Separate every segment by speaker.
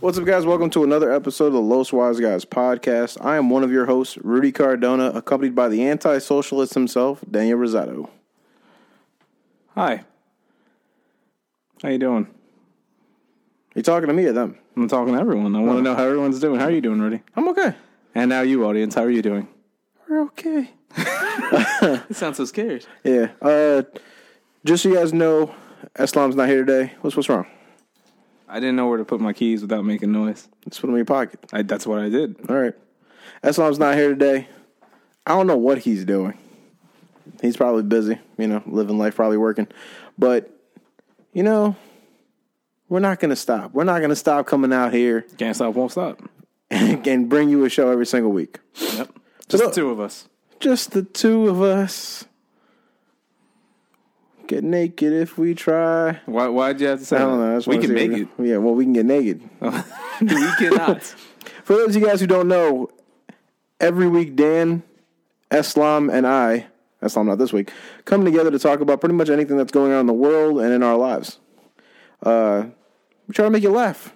Speaker 1: What's up, guys? Welcome to another episode of the Los Wise Guys podcast. I am one of your hosts, Rudy Cardona, accompanied by the anti socialist himself, Daniel Rosado.
Speaker 2: Hi. How you doing?
Speaker 1: You talking to me or them? Oh.
Speaker 2: I'm talking to everyone. I want to know how everyone's doing. How are you doing, Rudy?
Speaker 1: I'm okay.
Speaker 2: And now you, audience, how are you doing?
Speaker 1: We're okay.
Speaker 2: You sound so scared.
Speaker 1: Yeah. Uh, just so you guys know, Islam's not here today. What's what's wrong?
Speaker 2: I didn't know where to put my keys without making noise.
Speaker 1: Let's put him in your pocket.
Speaker 2: I, that's what I did.
Speaker 1: All right. Islam's not here today. I don't know what he's doing. He's probably busy, you know, living life, probably working. But, you know, we're not going to stop. We're not going to stop coming out here
Speaker 2: Can't stop, won't stop.
Speaker 1: and bring you a show every single week.
Speaker 2: Yep. Just the
Speaker 1: look-
Speaker 2: two of us.
Speaker 1: Just the two of us. Get naked if we try.
Speaker 2: Why? Why'd you have to say?
Speaker 1: I don't know. I
Speaker 2: That?
Speaker 1: just
Speaker 2: We
Speaker 1: wanna
Speaker 2: can
Speaker 1: see
Speaker 2: make
Speaker 1: if
Speaker 2: it.
Speaker 1: Yeah, well, we can get naked.
Speaker 2: we cannot.
Speaker 1: For those of you guys who don't know, every week Dan, Eslam, and I, Eslam not this week, come together to talk about pretty much anything that's going on in the world and in our lives. Uh, we try to make you laugh,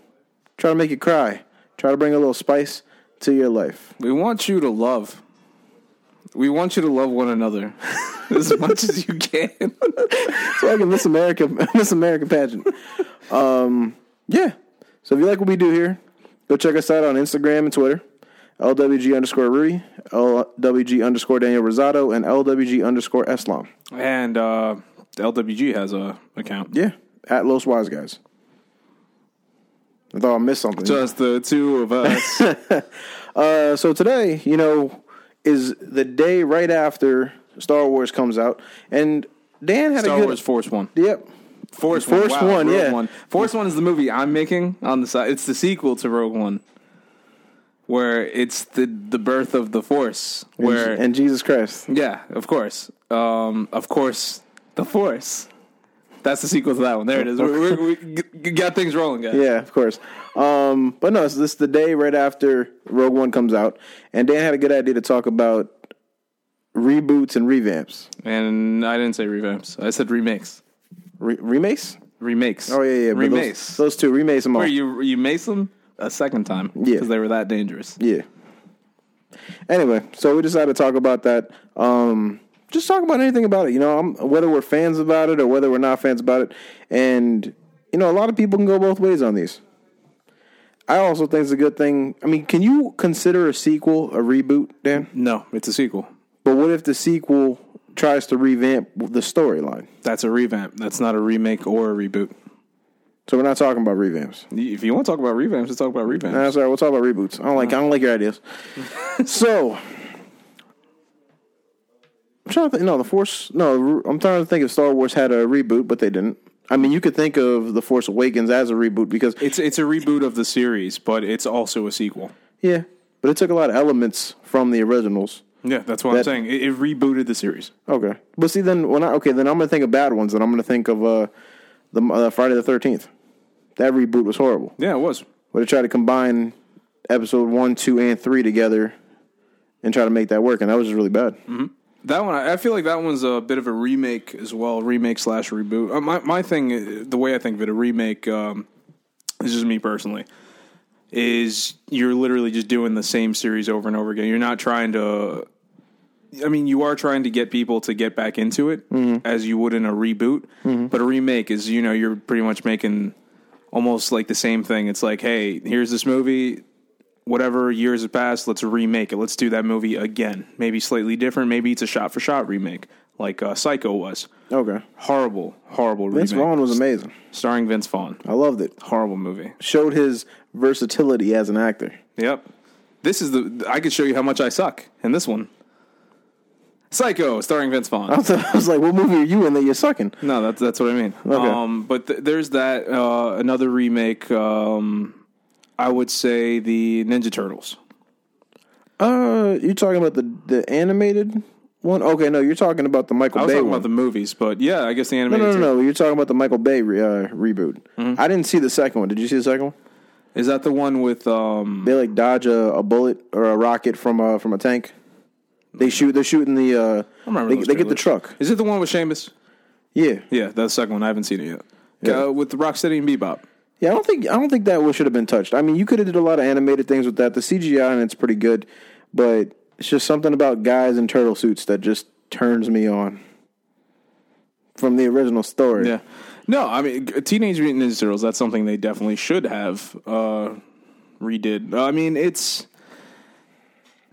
Speaker 1: try to make you cry, try to bring a little spice to your life.
Speaker 2: We want you to love. We want you to love one another as much as you can.
Speaker 1: It's like a Miss America, Miss America pageant. Um, yeah. So if you like what we do here, go check us out on Instagram and Twitter. LWG underscore Rudy, LWG underscore Daniel Rosado, and LWG underscore Eslam.
Speaker 2: And uh, the LWG has a account.
Speaker 1: Yeah, at Los Wise Guys. I thought I missed something. So,
Speaker 2: Just the two of us.
Speaker 1: uh, so today, you know, is the day right after Star Wars comes out, and Dan had a
Speaker 2: Star
Speaker 1: good.
Speaker 2: Wars Force One.
Speaker 1: Yep.
Speaker 2: Force,
Speaker 1: Force
Speaker 2: One. Wow,
Speaker 1: One,
Speaker 2: Rogue
Speaker 1: yeah.
Speaker 2: One. Force One is the movie I'm making on the side. It's the sequel to Rogue One, where it's the the birth of the Force. Where
Speaker 1: and Jesus Christ.
Speaker 2: yeah, of course, um, of course, the Force. That's the sequel to that one. There it is. We're, we're, we g- got things rolling, guys.
Speaker 1: Yeah, of course. Um, but no, so this is the day right after Rogue One comes out, and Dan had a good idea to talk about reboots and revamps,
Speaker 2: And I didn't say revamps. I said remakes.
Speaker 1: Re- remakes.
Speaker 2: Remakes.
Speaker 1: Oh yeah, yeah, but those-
Speaker 2: remakes.
Speaker 1: Those, two remakes. Them all.
Speaker 2: Where you you mace them a second time because
Speaker 1: Yeah.
Speaker 2: they were that dangerous.
Speaker 1: Yeah. Anyway, so we decided to talk about that. Um, just talk about anything about it, you know, I'm, whether we're fans about it or whether we're not fans about it. And, you know, a lot of people can go both ways on these. I also think it's a good thing. I mean, can you consider a sequel a reboot, Dan?
Speaker 2: No, it's a sequel.
Speaker 1: But what if the sequel tries to revamp the storyline?
Speaker 2: That's a revamp. That's not a remake or a reboot.
Speaker 1: So we're not talking about revamps.
Speaker 2: If you want to talk about revamps, let's talk about revamps.
Speaker 1: That's all right. We'll talk about reboots. I don't like. I don't like your ideas. so, I'm trying to think. No, the Force. No, I'm trying to think if Star Wars had a reboot, but they didn't. I mean, you could think of the Force Awakens as a reboot because
Speaker 2: It's it's a reboot of the series, but it's also a sequel.
Speaker 1: yeah, but it took a lot of elements from the originals.
Speaker 2: Yeah, that's what I'm
Speaker 1: That-
Speaker 2: saying. It, it rebooted the series.
Speaker 1: Okay, but see, then when I okay, then I'm gonna think of bad ones, and I'm gonna think of uh, the uh, Friday the Thirteenth. That reboot was horrible.
Speaker 2: Yeah, it was.
Speaker 1: But they tried to combine episode one, two, and three together, and try to make that work, and that was just really bad.
Speaker 2: That one, I I feel like that one's a bit of a remake as well, remake slash reboot. Uh, my my thing, uh, the way I think of it, a remake. Um, this is me personally. Is you're literally just doing the same series over and over again. You're not trying to. I mean, you are trying to get people to get back into it as you would in a reboot, but a remake is you know you're pretty much making almost like the same thing. It's like, hey, here's this movie whatever years have passed, let's remake it. Let's do that movie again. Maybe slightly different. Maybe it's a shot for shot remake, like uh, Psycho was.
Speaker 1: Okay.
Speaker 2: Horrible, horrible
Speaker 1: Vince
Speaker 2: remake.
Speaker 1: Vaughn was amazing.
Speaker 2: starring Vince Vaughn.
Speaker 1: I loved it.
Speaker 2: Horrible movie.
Speaker 1: Showed his versatility as an actor.
Speaker 2: Yep. This is the. I could show you how much I suck in this one. Psycho, starring Vince Vaughn.
Speaker 1: I was, I was like, what movie are you in that you're sucking?
Speaker 2: No, that's that's what I mean.
Speaker 1: Okay.
Speaker 2: Um, but th- there's that uh, another remake. Um, I would say the Ninja Turtles.
Speaker 1: Uh, you're talking about the the animated one? Okay, no, you're talking about the Michael
Speaker 2: I was
Speaker 1: Bay
Speaker 2: talking
Speaker 1: one.
Speaker 2: about the movies, but yeah, I guess the
Speaker 1: no,
Speaker 2: animated.
Speaker 1: no, no,
Speaker 2: too.
Speaker 1: no. You're talking about the Michael Bay re- uh, reboot. I didn't see the second one. Did you see the second one?
Speaker 2: Is that the one with? Um,
Speaker 1: They like dodge a, a bullet or a rocket from a from a tank. They shoot. They're shooting the. Uh,
Speaker 2: remember
Speaker 1: they,
Speaker 2: those
Speaker 1: they get the
Speaker 2: trailers.
Speaker 1: truck.
Speaker 2: is it the one with Seamus?
Speaker 1: Yeah,
Speaker 2: Yeah, that's the second one. I haven't seen it yet.
Speaker 1: Yeah.
Speaker 2: Uh, with Rocksteady and Bebop.
Speaker 1: yeah. I don't think I don't think that one should have been touched. I mean, you could have did a lot of animated things with that. The CGI and it's pretty good, but it's just something about guys in turtle suits that just turns me on from the original story.
Speaker 2: Yeah. No, I mean Teenage Mutant Ninja Turtles. That's something they definitely should have uh, redid. Uh, I mean, it's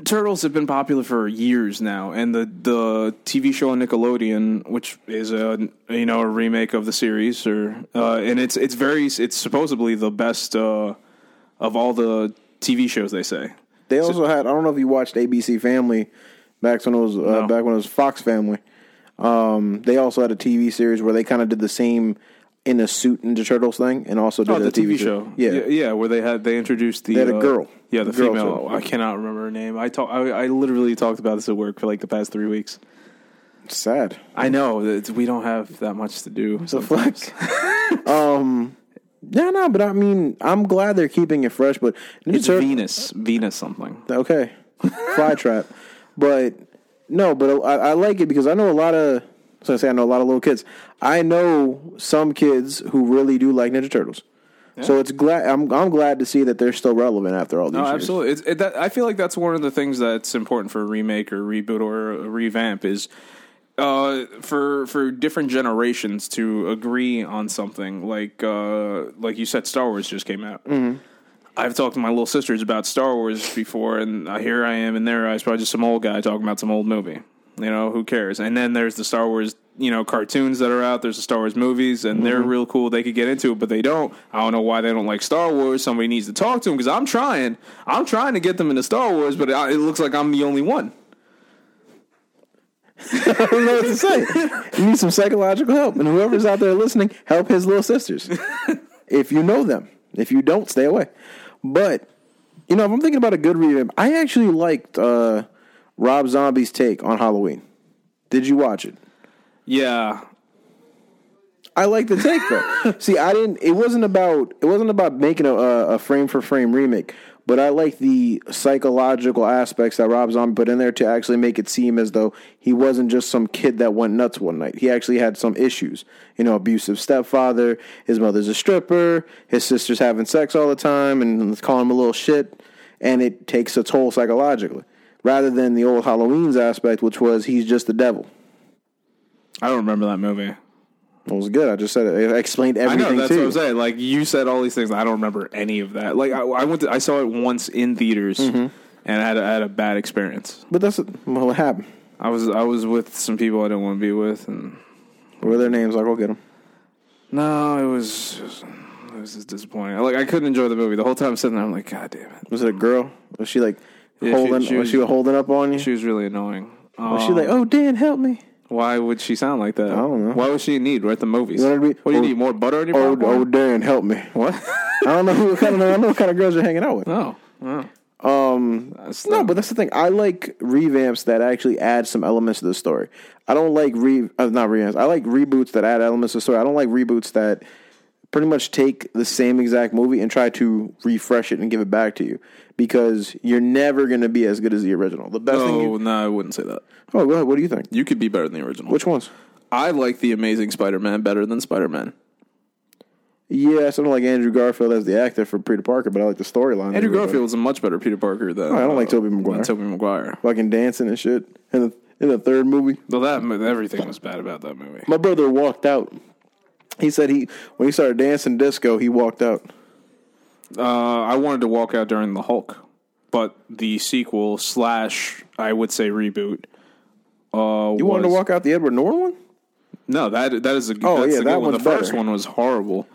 Speaker 2: Turtles have been popular for years now, and the the TV show on Nickelodeon, which is a you know a remake of the series, or uh, and it's it's very it's supposedly the best uh, of all the TV shows. They say.
Speaker 1: They also had I don't know if you watched ABC Family back when it was uh, back when it was Fox Family. Um, they also had a TV series where they kind of did the same in a suit Ninja Turtles thing, and also did
Speaker 2: Oh, the, TV, show,
Speaker 1: Yeah.
Speaker 2: yeah, yeah, where they had they introduced the
Speaker 1: They had a
Speaker 2: uh,
Speaker 1: girl.
Speaker 2: yeah, the
Speaker 1: A girl
Speaker 2: female.
Speaker 1: turtle.
Speaker 2: I cannot remember her name. I talk, I, I literally talked about this at work for like the past three weeks.
Speaker 1: It's sad.
Speaker 2: I know that we don't have that much to do. So
Speaker 1: flex. Yeah, no, but I mean, I'm glad they're keeping it fresh. But Ninja
Speaker 2: it's
Speaker 1: Tur-
Speaker 2: Venus, Venus something.
Speaker 1: okay, fly trap. But no, but I, I like it because I know a lot of. So I say I know a lot of little kids. I know some kids who really do like Ninja Turtles. So it's glad I'm I'm glad to see that they're still relevant after all these
Speaker 2: No,
Speaker 1: years.
Speaker 2: absolutely. It's, it, that, I feel like that's one of the things that's important for a remake or reboot or a revamp is uh, for for different generations to agree on something. Like uh, like you said, Star Wars just came out. I've talked to my little sisters about Star Wars before, and I- here I am in their eyes, probably just some old guy talking about some old movie. You know, who cares? And then there's the Star Wars, you know, cartoons that are out. There's the Star Wars movies, and they're real cool. They could get into it, but they don't. I don't know why they don't like Star Wars. Somebody needs to talk to them because I'm trying. I'm trying to get them into Star Wars, but I, it looks like I'm the only one.
Speaker 1: I don't know what to say. You need some psychological help, and whoever's out there listening, help his little sisters if you know them. If you don't, stay away. But you know, if I'm thinking about a good revamp, I actually liked uh, Rob Zombie's take on Halloween. Did you watch it?
Speaker 2: Yeah,
Speaker 1: I like the take though. See, I didn't. It wasn't about. It wasn't about making a, a frame for frame remake. But I like the psychological aspects that Rob Zombie put in there to actually make it seem as though he wasn't just some kid that went nuts one night. He actually had some issues. You know, abusive stepfather. His mother's a stripper. His sister's having sex all the time, and let's call him a little shit. And it takes a toll psychologically, rather than the old Halloween's aspect, which was he's just the devil.
Speaker 2: I don't remember that movie.
Speaker 1: It was good. I just said it. I explained
Speaker 2: I
Speaker 1: everything
Speaker 2: know that's
Speaker 1: to
Speaker 2: what
Speaker 1: you.
Speaker 2: I'm saying. Like you said, all these things. I don't remember any of that. Like I, I went, to, I saw it once in theaters, and I had, a, I had a bad experience.
Speaker 1: But that's well, what happened.
Speaker 2: I was, I was with some people I didn't want to be with, and
Speaker 1: What are their names? I'll go get them.
Speaker 2: no, it was, it was just disappointing. Like I couldn't enjoy the movie the whole time. I'm sitting there, I'm like, God damn it.
Speaker 1: Was it a girl? Was she like
Speaker 2: Yeah, she-
Speaker 1: holding?
Speaker 2: she
Speaker 1: was,
Speaker 2: was-
Speaker 1: she holding up on you?
Speaker 2: She was really annoying.
Speaker 1: was she like,
Speaker 2: Um,
Speaker 1: "Oh, Dan, help me"?
Speaker 2: why would she sound like that? I
Speaker 1: don't know.
Speaker 2: Why was she in need? We're at the movies.
Speaker 1: You wanna be-
Speaker 2: what do you
Speaker 1: oh,
Speaker 2: need? More butter on your
Speaker 1: Oh,
Speaker 2: popcorn?
Speaker 1: oh, Dan, help me.
Speaker 2: what?
Speaker 1: I don't know who kind of I don't know what kind of girls you're hanging out with.
Speaker 2: no, no.
Speaker 1: Um,
Speaker 2: That's
Speaker 1: no,
Speaker 2: not-
Speaker 1: but that's the thing. I like revamps that actually add some elements to the story. I don't like re uh, not revamps. I like reboots that add elements to the story. I don't like reboots that pretty much take the same exact movie and try to refresh it and give it back to you because you're never going to be as good as the original. The best thing.
Speaker 2: Oh
Speaker 1: You,
Speaker 2: no, I wouldn't say that.
Speaker 1: oh, go ahead. What do you think?
Speaker 2: You could be better than the original.
Speaker 1: Which ones?
Speaker 2: I like the Amazing Spider-Man better than Spider-Man.
Speaker 1: Yeah, something like Andrew Garfield as the actor for Peter Parker, but I like the storyline.
Speaker 2: Andrew
Speaker 1: Everybody
Speaker 2: Garfield was a much better Peter Parker than
Speaker 1: Oh,
Speaker 2: uh,
Speaker 1: I don't like Tobey
Speaker 2: than
Speaker 1: Maguire.
Speaker 2: Tobey Maguire.
Speaker 1: fucking dancing and shit in the in the third movie.
Speaker 2: Well, that mo- everything was bad about that movie.
Speaker 1: My brother walked out. He said he when he started dancing disco, he walked out.
Speaker 2: Uh, I wanted to walk out during the Hulk, but the sequel slash I would say reboot. Uh,
Speaker 1: You wanted to walk out the Edward Norton one?
Speaker 2: No, that that is a
Speaker 1: Oh,
Speaker 2: that's
Speaker 1: yeah, that
Speaker 2: a good one. The
Speaker 1: one's
Speaker 2: first
Speaker 1: better.
Speaker 2: one was horrible.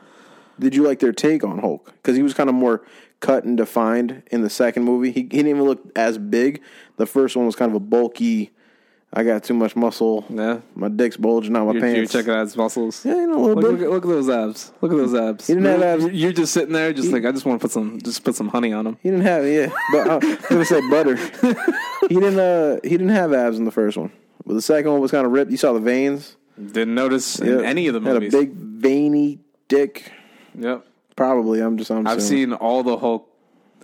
Speaker 1: Did you like their take on Hulk? Because he was kind of more cut and defined in the second movie. He, he didn't even look as big. The first one was kind of a bulky, I got too much muscle.
Speaker 2: Yeah.
Speaker 1: My dick's bulging out my
Speaker 2: You're,
Speaker 1: pants.
Speaker 2: you're checking out his muscles.
Speaker 1: Yeah, you know, a little
Speaker 2: Look,
Speaker 1: bit.
Speaker 2: look, at- look at those abs. Look at those abs.
Speaker 1: You didn't have
Speaker 2: You're- You're just sitting there, just like I just want to put some, just put some honey on them.
Speaker 1: He didn't have yeah, but uh, I was gonna say butter. he didn't uh he didn't have abs in the first one, but the second one was kind of ripped. You saw the veins.
Speaker 2: Didn't notice in
Speaker 1: Yeah.
Speaker 2: any of the
Speaker 1: had
Speaker 2: movies.
Speaker 1: a big veiny dick.
Speaker 2: yep.
Speaker 1: Probably I'm just I'm
Speaker 2: I've
Speaker 1: assuming.
Speaker 2: seen all the Hulk,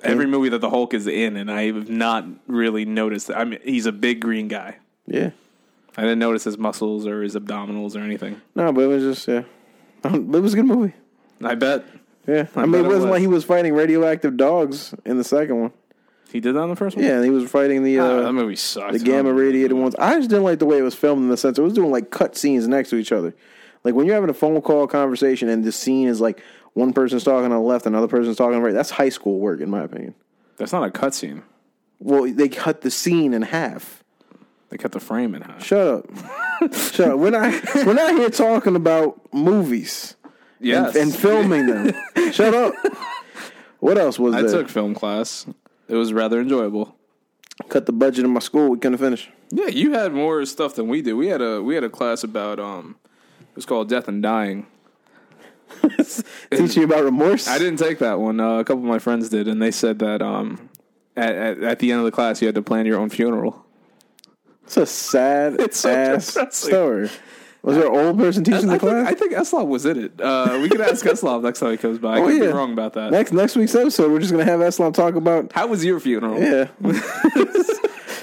Speaker 2: every movie that the Hulk is in, and I have not really noticed. That. I mean, he's a big green guy.
Speaker 1: yeah
Speaker 2: I didn't notice his muscles or his abdominals or anything.
Speaker 1: no, but it was just yeah, Um, but it was a good movie.
Speaker 2: I bet
Speaker 1: Yeah, I,
Speaker 2: I
Speaker 1: mean
Speaker 2: bet
Speaker 1: it
Speaker 2: it
Speaker 1: wasn't
Speaker 2: was.
Speaker 1: like he was fighting radioactive dogs in the second one.
Speaker 2: he did that in the first one.
Speaker 1: Yeah, and he was fighting the
Speaker 2: Ah,
Speaker 1: uh,
Speaker 2: that movie sucked.
Speaker 1: the gamma
Speaker 2: radiation.
Speaker 1: radiated ones. I just didn't like the way it was filmed in the sense it was doing like cut scenes next to each other. Like when you're having a phone call conversation and the scene is like one person's talking on the left, another person's talking on the right. That's high school work, in my opinion.
Speaker 2: That's not a cutscene.
Speaker 1: Well, they cut the scene in half.
Speaker 2: They cut the frame in half.
Speaker 1: Shut up. Shut up. We're not we're not here talking about movies
Speaker 2: Yes,
Speaker 1: and filming them. Shut up. What else was
Speaker 2: I
Speaker 1: there?
Speaker 2: took film class. It was rather enjoyable.
Speaker 1: Cut the budget of my school. We couldn't finish.
Speaker 2: Yeah, you had more stuff than we did. We had a we had a class about um, it was called Death and Dying.
Speaker 1: Teach you about remorse.
Speaker 2: I didn't take that one. Uh, a couple of my friends did, and they said that um, at, at at the end of the class, you had to plan your own funeral.
Speaker 1: It's a sad
Speaker 2: It's so
Speaker 1: ass
Speaker 2: depressing.
Speaker 1: story. Was there an old person teaching
Speaker 2: I
Speaker 1: the class?
Speaker 2: think, I think Eslov was in it. Uh, we could ask Eslov next time he comes by. I could
Speaker 1: Oh, yeah.
Speaker 2: be wrong about that.
Speaker 1: Next next week's episode, we're just gonna have Eslam talk about
Speaker 2: How was your funeral?
Speaker 1: yeah.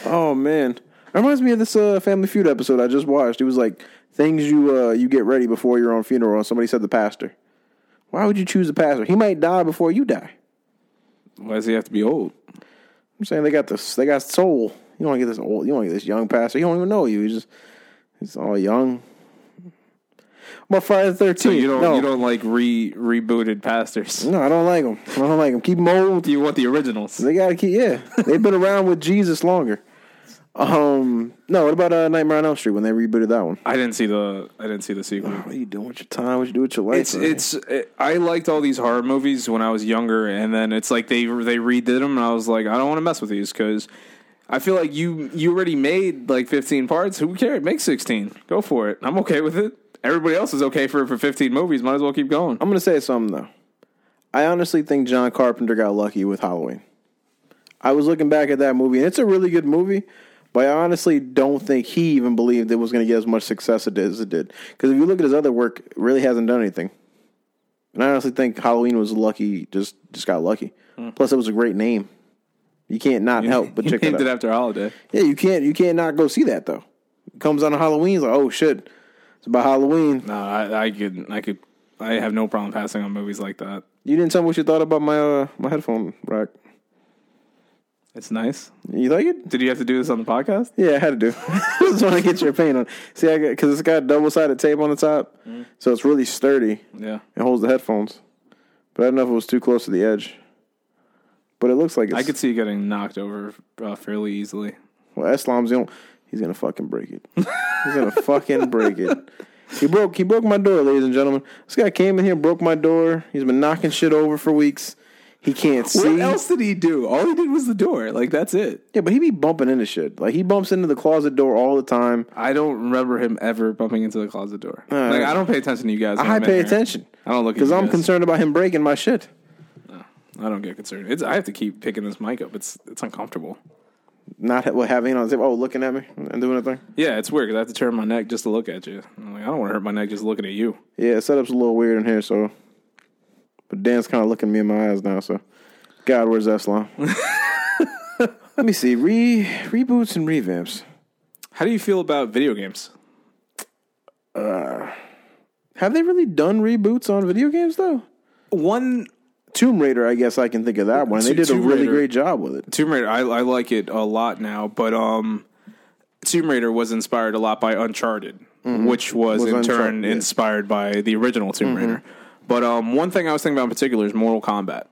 Speaker 1: oh man, It reminds me of this uh, Family Feud episode I just watched. It was like things you uh, you get ready before your own funeral. And somebody said the pastor. Why would you choose the pastor? He might die before you die.
Speaker 2: Why does he have to be old?
Speaker 1: I'm saying they got this. They got soul. You don't wanna get this old. You don't wanna get this young pastor. He don't even know you. He's just he's all young. Well, Friday the Thirteenth.
Speaker 2: So you don't
Speaker 1: no,
Speaker 2: you don't like re rebooted pastors.
Speaker 1: no, I don't like him. I don't like him. Keep him old.
Speaker 2: You want the originals?
Speaker 1: They gotta keep yeah. They've been around with Jesus longer. Um no, what about uh, Nightmare on Elm Street when they rebooted that one?
Speaker 2: I didn't see the I didn't see the sequel.
Speaker 1: What are you doing with your time? What you do with your life?
Speaker 2: It's it's it, I liked all these horror movies when I was younger, and then it's like they they redid them, and I was like, I don't want to mess with these because I feel like you you already made like 15 parts. Who cares? Make 16. Go for it. I'm okay with it. Everybody else is okay for for 15 movies. Might as well keep going.
Speaker 1: I'm gonna say something though. I honestly think John Carpenter got lucky with Halloween. I was looking back at that movie, and it's a really good movie, but I honestly don't think he even believed it was gonna get as much success it did- as it did. Because if you look at his other work, it really hasn't done anything. And I honestly think Halloween was lucky, just just got lucky. Plus, it was a great name. You can't not help but
Speaker 2: Hmm. You
Speaker 1: check that
Speaker 2: named
Speaker 1: out.
Speaker 2: it after holiday.
Speaker 1: Yeah, you can't you can't not go see that though. It comes on Halloween, it's like, oh shit. It's about Halloween.
Speaker 2: No, I, I could I could I have no problem passing on movies like that.
Speaker 1: You didn't tell me what you thought about my uh, my headphone rack.
Speaker 2: It's nice.
Speaker 1: You like it?
Speaker 2: Did you have to do this on the podcast?
Speaker 1: Yeah, I had to do. just want to get your opinion on. See, I because it's got double sided tape on the top,
Speaker 2: Mm-hmm.
Speaker 1: so it's really sturdy.
Speaker 2: Yeah.
Speaker 1: It holds the headphones, but I don't know if it was too close to the edge. But it looks like it's,
Speaker 2: I could see you getting knocked over uh, fairly easily.
Speaker 1: Well, Islam's the only. He's gonna fucking break it. He's gonna fucking break it. He broke. He broke my door, ladies and gentlemen. This guy came in here, and broke my door. He's been knocking shit over for weeks. He can't see.
Speaker 2: What else did he do? All he did was the door. Like that's it.
Speaker 1: Yeah, but he be bumping into shit. Like he bumps into the closet door all the time.
Speaker 2: I don't remember him ever bumping into the closet door.
Speaker 1: Uh,
Speaker 2: like I don't pay attention to you guys. when
Speaker 1: I
Speaker 2: I'm in
Speaker 1: pay
Speaker 2: here.
Speaker 1: attention
Speaker 2: I don't look at
Speaker 1: because
Speaker 2: you
Speaker 1: I'm
Speaker 2: guys.
Speaker 1: concerned about him breaking my shit.
Speaker 2: I don't get concerned. It's I have to keep picking this mic up. It's it's uncomfortable.
Speaker 1: Not ha- what having it on zip. Oh, looking at me and doing a thing.
Speaker 2: Yeah, it's weird 'cause I have to turn my neck just to look at you. I'm like I don't want to hurt my neck just looking at you.
Speaker 1: Yeah, setup's a little weird in here. So, but Dan's kind of looking me in my eyes now. So, God, where's Eslam? Let me see. Re reboots and revamps.
Speaker 2: How do you feel about video games?
Speaker 1: Have they really done reboots on video games though?
Speaker 2: One
Speaker 1: Tomb Raider, I guess I can think of that one. They
Speaker 2: Tomb-
Speaker 1: did a
Speaker 2: Tomb
Speaker 1: really
Speaker 2: Raider.
Speaker 1: great job with it.
Speaker 2: Tomb Raider, I, I like it a lot now, but um, Tomb Raider was inspired a lot by Uncharted, which was, in
Speaker 1: Mm-hmm. Uncharted,
Speaker 2: turn
Speaker 1: yeah. Mm-hmm.
Speaker 2: inspired by the original Tomb Raider. But um, one thing I was thinking about in particular is Mortal Kombat.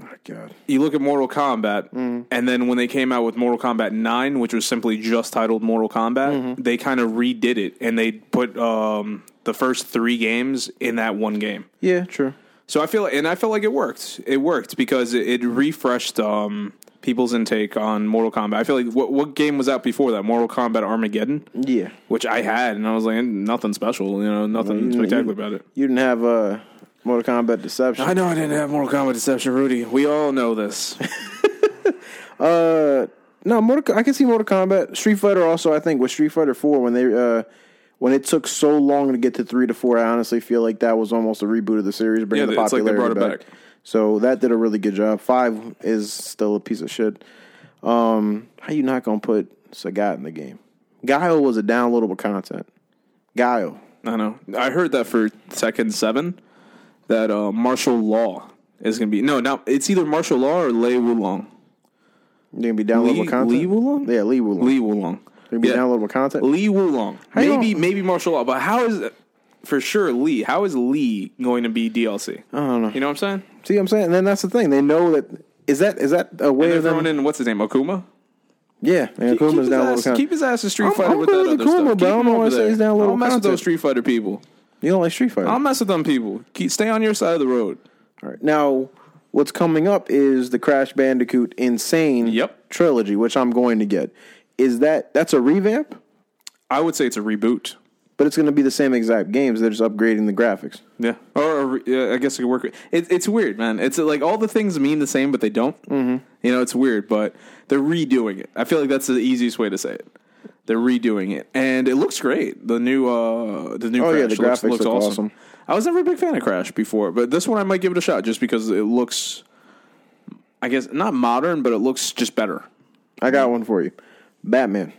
Speaker 1: Oh, God. Mm-hmm.
Speaker 2: You look at Mortal Kombat, and then when they came out with Mortal Kombat 9, which was simply just titled Mortal Kombat,
Speaker 1: Mm-hmm.
Speaker 2: they kind of redid it and they put um, the first three games in that one game.
Speaker 1: Yeah, true.
Speaker 2: So I feel, and I felt like it worked. It worked because it, it refreshed um, people's intake on Mortal Kombat. I feel like what what game was out before that? Mortal Kombat Armageddon,
Speaker 1: Yeah.
Speaker 2: which I had, and I was like, nothing special, you know, nothing spectacular about it.
Speaker 1: You didn't have uh, Mortal Kombat Deception.
Speaker 2: I know I didn't have Mortal Kombat Deception, Rudy. We all know this.
Speaker 1: No, Mortal, I can see Mortal Kombat. Street Fighter also, I think, with Street Fighter Four when they uh, when it took so long to get to three to four, I honestly feel like that was almost a reboot of the series, bringing
Speaker 2: Yeah,
Speaker 1: the
Speaker 2: it's like they
Speaker 1: popularity
Speaker 2: brought it
Speaker 1: back.
Speaker 2: back.
Speaker 1: So that did a really good job. Five is still a piece of shit. Um, how you not gonna put Sagat in the game? Guile was a downloadable content. Guile.
Speaker 2: I know. I heard that for Tekken Seven, that uh, martial law is going to be no. Now it's either martial law or Lei Wulong.
Speaker 1: You gonna be downloadable
Speaker 2: Lee-
Speaker 1: content?
Speaker 2: Lee Wulong?
Speaker 1: Yeah, Lee Wulong.
Speaker 2: Lee Wulong.
Speaker 1: You gonna be
Speaker 2: Yeah.
Speaker 1: downloadable content?
Speaker 2: Lee Wulong.
Speaker 1: you
Speaker 2: Maybe maybe martial law, but how is for sure Lee? How is Lee going to be DLC? I
Speaker 1: don't know.
Speaker 2: You know what I'm saying?
Speaker 1: See what I'm saying? And then that's the thing. They know that is that is that a way
Speaker 2: They're
Speaker 1: of them?
Speaker 2: throwing in what's his name, Okuma.
Speaker 1: yeah, and
Speaker 2: keep,
Speaker 1: Akuma's
Speaker 2: his
Speaker 1: downloadable
Speaker 2: ass,
Speaker 1: content.
Speaker 2: keep his ass in Street
Speaker 1: I'm-
Speaker 2: Fighter
Speaker 1: I'm
Speaker 2: with that
Speaker 1: good with Akuma,
Speaker 2: other stuff.
Speaker 1: but
Speaker 2: Keep
Speaker 1: I don't
Speaker 2: him
Speaker 1: know
Speaker 2: over
Speaker 1: why I say
Speaker 2: there.
Speaker 1: he's downloadable
Speaker 2: I don't mess with
Speaker 1: content.
Speaker 2: those Street Fighter people.
Speaker 1: You don't like Street Fighter.
Speaker 2: I don't mess with them people. Keep, stay on your side of the road.
Speaker 1: All right. Now, what's coming up is the Crash Bandicoot Insane
Speaker 2: Yep.
Speaker 1: trilogy, which I'm going to get. Is that that's a revamp?
Speaker 2: I would say it's a reboot.
Speaker 1: But it's going to be the same exact games. They're just upgrading the graphics.
Speaker 2: Yeah, or, or yeah, I guess it could work. It, it's weird, man. It's like all the things mean the same, but they don't. Mm-hmm. You know, it's weird, but they're redoing it. I feel like that's the easiest way to say it. They're redoing it, and it looks great. The new, uh, the new
Speaker 1: Oh,
Speaker 2: Crash
Speaker 1: yeah, the
Speaker 2: looks,
Speaker 1: graphics
Speaker 2: looks
Speaker 1: look
Speaker 2: awesome.
Speaker 1: awesome.
Speaker 2: I was never a big fan of Crash before, but this one I might give it a shot just because it looks, I guess, not modern, but it looks just better.
Speaker 1: I got one for you. Batman.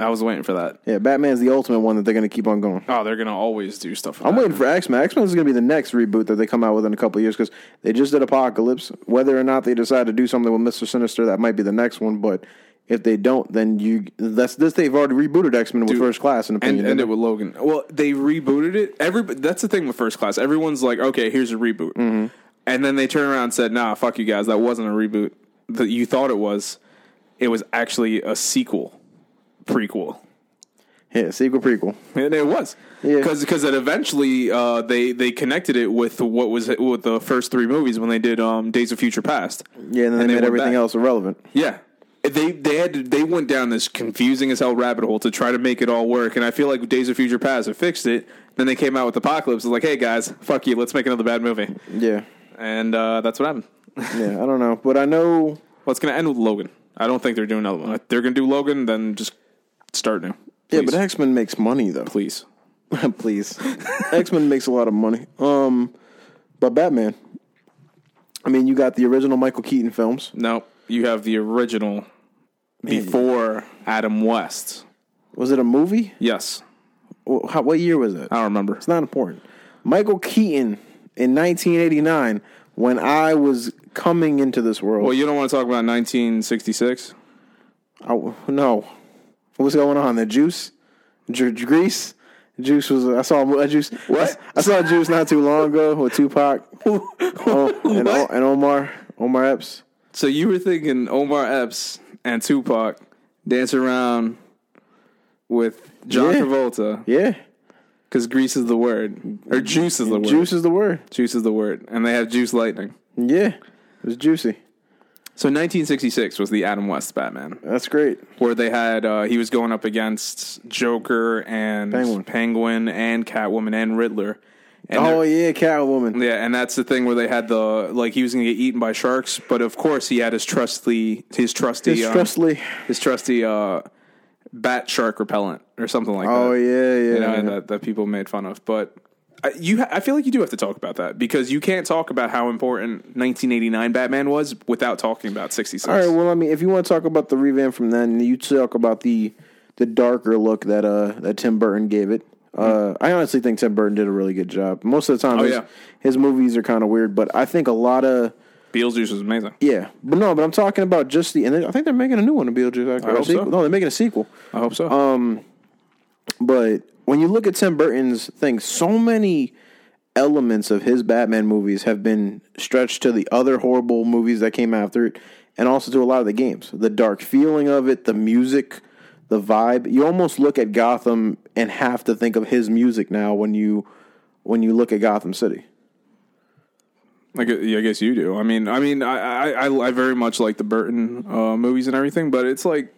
Speaker 2: I was waiting for that.
Speaker 1: Yeah, Batman's the ultimate one that they're going to keep on going.
Speaker 2: Oh, they're gonna always do stuff.
Speaker 1: I'm waiting for X Men. X Men is going to be the next reboot that they come out with in a couple of years because they just did Apocalypse. Whether or not they decide to do something with Mister Sinister, that might be the next one. But if they don't, then you that's this they've already rebooted X Men with First Class. In
Speaker 2: and
Speaker 1: opinion,
Speaker 2: and it with Logan. Well, they rebooted it. Every that's the thing with First Class. Everyone's like, okay, here's a reboot,
Speaker 1: Mm-hmm.
Speaker 2: and then they turn around and said, nah, fuck you guys. That wasn't a reboot that you thought it was. It was actually a sequel, prequel,
Speaker 1: yeah, sequel prequel.
Speaker 2: and it was
Speaker 1: Yeah.
Speaker 2: because it eventually uh, they they connected it with what was with the first three movies when they did um, Days of Future Past.
Speaker 1: Yeah, and then they made
Speaker 2: went
Speaker 1: everything
Speaker 2: back.
Speaker 1: else irrelevant.
Speaker 2: Yeah. They they had to, they went down this confusing as hell rabbit hole to try to make it all work, and I feel like Days of Future Past have fixed it. Then they came out with Apocalypse, and like, hey guys, fuck you, let's make another bad movie,
Speaker 1: Yeah,
Speaker 2: and uh, that's what happened. well,
Speaker 1: yeah, I don't know, but I know.
Speaker 2: it's gonna end with Logan. I don't think they're doing another one. If they're gonna do Logan, then just start new.
Speaker 1: Yeah,
Speaker 2: Please.
Speaker 1: but X Men makes money though.
Speaker 2: please.
Speaker 1: Please, X Men makes a lot of money. Um, but Batman. I mean, you got the original Michael Keaton films.
Speaker 2: No, you have the original before Adam West.
Speaker 1: Was it a movie?
Speaker 2: Yes,
Speaker 1: Wh- How, what year was it?
Speaker 2: I don't remember.
Speaker 1: It's not important. Michael Keaton in 1989, when I was coming into this world.
Speaker 2: Well, you don't want to talk about 1966.
Speaker 1: I- no, what's going on? The juice, Ju- Ju- grease. Juice was. I saw a juice.
Speaker 2: What?
Speaker 1: I saw Juice not too long ago with Tupac oh, and, O- and Omar Omar Epps.
Speaker 2: So you were thinking Omar Epps and Tupac dance around with John
Speaker 1: Yeah.
Speaker 2: Travolta
Speaker 1: Yeah,
Speaker 2: because grease is the word or juice is the word.
Speaker 1: juice is the word.
Speaker 2: Juice is the word, and they have Juice Lightning.
Speaker 1: Yeah, it was juicy.
Speaker 2: So 1966 was the Adam West Batman,
Speaker 1: That's great.
Speaker 2: where they had uh, he was going up against Joker and
Speaker 1: Penguin.
Speaker 2: Penguin and Catwoman and Riddler. And
Speaker 1: Oh yeah, Catwoman.
Speaker 2: Yeah, and that's the thing where they had the like he was going to get eaten by sharks, but of course he had his trusty his trusty
Speaker 1: It's
Speaker 2: um,
Speaker 1: Presley.
Speaker 2: his trusty uh, bat shark repellent or something like that.
Speaker 1: Oh yeah, yeah.
Speaker 2: you know
Speaker 1: yeah.
Speaker 2: that that people made fun of. But I, you, ha- I feel like you do have to talk about that because you can't talk about how important 1989 Batman was without talking about 66.
Speaker 1: All right. Well, I mean, if you want to talk about the revamp from then, you talk about the the darker look that uh that Tim Burton gave it. Uh, I honestly think Tim Burton did a really good job. Most of the time, his,
Speaker 2: Oh, yeah.
Speaker 1: his movies are kind of weird, but I think a lot of
Speaker 2: Beetlejuice was amazing.
Speaker 1: yeah, but no, but I'm talking about just the and they- I think they're making a new one of Beetlejuice. actually,
Speaker 2: I hope
Speaker 1: a sequel.
Speaker 2: so.
Speaker 1: No, they're making a sequel.
Speaker 2: I hope
Speaker 1: um,
Speaker 2: so.
Speaker 1: But when you look at Tim Burton's thing, so many elements of his Batman movies have been stretched to the other horrible movies that came after it, and also to a lot of the games. The dark feeling of it, the music, the vibe. You almost look at Gotham and have to think of his music now when you when you look at Gotham City.
Speaker 2: I guess, yeah, I guess you do. I mean, I mean, I I, I, I very much like the Burton uh, movies and everything, but it's like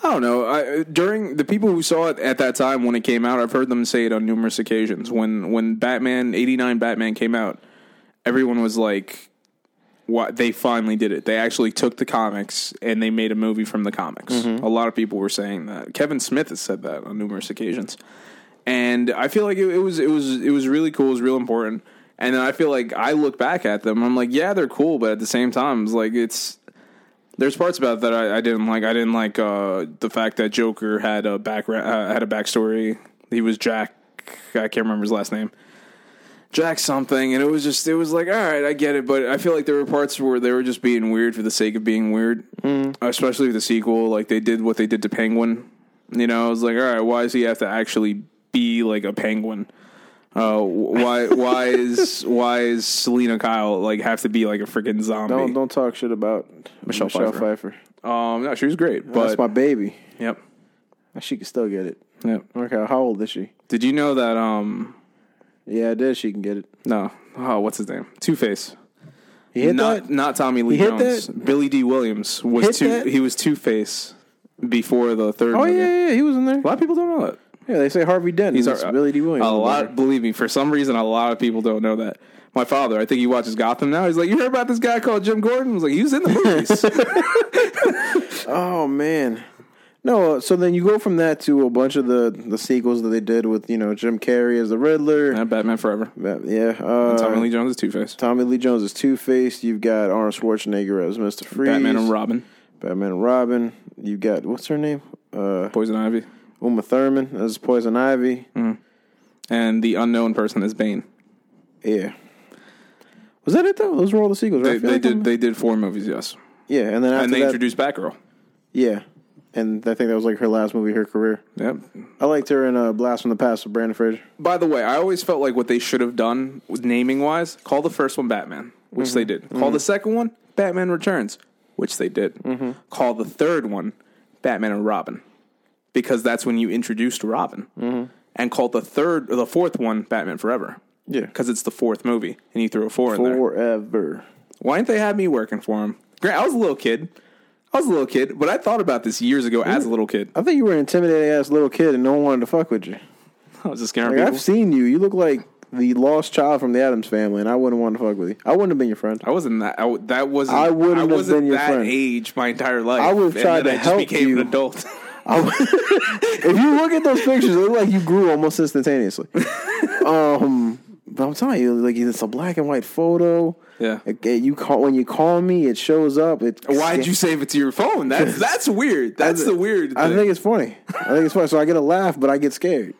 Speaker 2: I don't know. I, during the people who saw it at that time when it came out, I've heard them say it on numerous occasions. When when Batman '89 Batman came out, everyone was like, "What? They finally did it! They actually took the comics and they made a movie from the comics." A lot of people were saying that. Kevin Smith has said that on numerous occasions, and I feel like it, it was it was it was really cool. It was real important. And then I feel like I look back at them. I'm like, yeah, they're cool, but at the same time, it's like it's there's parts about it that I, I didn't like. I didn't like uh, the fact that Joker had a back uh, had a backstory. He was Jack. I can't remember his last name. Jack something, and it was just it was like all right, I get it, but I feel like there were parts where they were just being weird for the sake of being weird. Especially with the sequel, like they did what they did to Penguin. You know, I was like, all right, why does he have to actually be like a penguin? Uh, wh- why why is why is Selena Kyle like have to be like a freaking zombie?
Speaker 1: Don't don't talk shit about Michelle,
Speaker 2: Pfeiffer.
Speaker 1: Pfeiffer.
Speaker 2: Um, no, she was great, but
Speaker 1: That's my baby.
Speaker 2: Yep.
Speaker 1: She can still get it.
Speaker 2: Yep.
Speaker 1: Okay, how old is she?
Speaker 2: Did you know that um
Speaker 1: Yeah, I did. She can get it.
Speaker 2: no, oh, what's his name? Two Face.
Speaker 1: He hit
Speaker 2: Not
Speaker 1: that.
Speaker 2: not Tommy Lee
Speaker 1: He hit
Speaker 2: Jones. Billy D. Williams was
Speaker 1: Hit
Speaker 2: two
Speaker 1: that?
Speaker 2: he was Two Face before the third
Speaker 1: Oh
Speaker 2: movie.
Speaker 1: yeah, yeah, yeah, he was in there.
Speaker 2: A lot of people don't know that.
Speaker 1: Yeah, they say Harvey Dent. He's
Speaker 2: our-
Speaker 1: Billy D. Williams.
Speaker 2: A
Speaker 1: in
Speaker 2: lot
Speaker 1: there.
Speaker 2: believe me, for some reason a lot of people don't know that. My father, I think he watches Gotham now. He's like, You heard about this guy called Jim Gordon? I was like, he was in the movies.
Speaker 1: Oh man. No, uh, so then you go from that to a bunch of the the sequels that they did with you know Jim Carrey as the Riddler.
Speaker 2: Yeah, Batman Forever.
Speaker 1: Ba- Yeah, uh,
Speaker 2: Tommy Lee Jones is Two Face.
Speaker 1: Tommy Lee Jones is Two Face. You've got Arnold Schwarzenegger as Mister Freeze.
Speaker 2: Batman and Robin.
Speaker 1: Batman and Robin. You got what's her name? Uh,
Speaker 2: Poison Ivy.
Speaker 1: Uma Thurman as Poison Ivy.
Speaker 2: Hmm. And the unknown person is Bane.
Speaker 1: Yeah. Was that it though? Those were all the sequels, right?
Speaker 2: They,
Speaker 1: I feel
Speaker 2: they
Speaker 1: like I'm-
Speaker 2: did they did four movies, yes.
Speaker 1: yeah, and then after
Speaker 2: And they
Speaker 1: that,
Speaker 2: introduced Batgirl.
Speaker 1: yeah, and I think that was like her last movie, her career.
Speaker 2: Yep.
Speaker 1: I liked her in uh, Blast from the Past with Brandon Fraser.
Speaker 2: By the way, I always felt like what they should have done with naming wise, call the first one Batman, which they
Speaker 1: Mm-hmm.
Speaker 2: did. Call the second one Batman Returns, which they did.
Speaker 1: Mm-hmm.
Speaker 2: Call the third one Batman and Robin, because that's when you introduced Robin.
Speaker 1: Mm-hmm.
Speaker 2: And call the third or the fourth one Batman Forever,
Speaker 1: Yeah,
Speaker 2: because it's the fourth movie, and you threw a four, in there.
Speaker 1: forever.
Speaker 2: Why didn't they have me working for him? Grant, I was a little kid. I was a little kid, but I thought about this years ago as a little kid.
Speaker 1: I think you were an intimidating ass little kid, and no one wanted to fuck with you.
Speaker 2: I was just scaring
Speaker 1: Like,
Speaker 2: people.
Speaker 1: I've seen you. You look like the lost child from the Adams family, and I wouldn't want to fuck with you. I wouldn't have been your friend.
Speaker 2: I wasn't that. I, w- that wasn't.
Speaker 1: I wouldn't have
Speaker 2: wasn't
Speaker 1: been your
Speaker 2: that
Speaker 1: friend.
Speaker 2: age my entire life.
Speaker 1: I would've
Speaker 2: And
Speaker 1: tried to
Speaker 2: then I just
Speaker 1: help
Speaker 2: became
Speaker 1: you.
Speaker 2: an adult.
Speaker 1: I w- if you look at those pictures, it look like you grew almost instantaneously. um, but I'm telling you, like it's a black and white photo.
Speaker 2: Yeah.
Speaker 1: Like, eh, you call when you call me, it shows up. It
Speaker 2: Why'd you save it to your phone? That's that's weird. That's the weird.
Speaker 1: I
Speaker 2: thing.
Speaker 1: think it's funny. I think it's funny. So I get a laugh, but I get scared.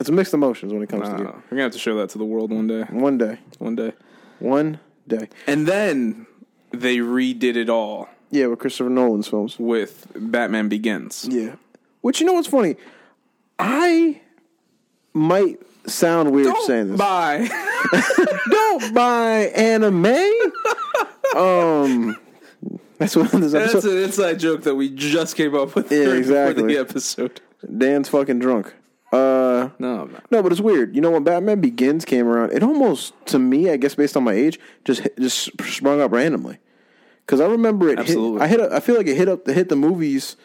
Speaker 1: It's mixed emotions when it comes
Speaker 2: I
Speaker 1: to
Speaker 2: don't know.
Speaker 1: you.
Speaker 2: Uh, We're gonna have to show that to the world one day.
Speaker 1: One day,
Speaker 2: One day.
Speaker 1: one day.
Speaker 2: And then they redid it all
Speaker 1: Yeah, with Christopher Nolan's films.
Speaker 2: with Batman Begins.
Speaker 1: Yeah. Which you know what's funny? I might sound weird saying this.
Speaker 2: Bye.
Speaker 1: Don't buy anime. um, that's what this
Speaker 2: that's
Speaker 1: episode.
Speaker 2: an inside joke that we just came up with
Speaker 1: Yeah,
Speaker 2: right before
Speaker 1: exactly.
Speaker 2: the episode.
Speaker 1: Dan's fucking drunk. Uh,
Speaker 2: No, I'm not.
Speaker 1: no, but it's weird. You know when Batman Begins came around, it almost to me, I guess based on my age, just hit- just sprung up randomly. Because I remember it. Hit,
Speaker 2: Absolutely.
Speaker 1: I hit. A, I feel like it hit up hit the movies,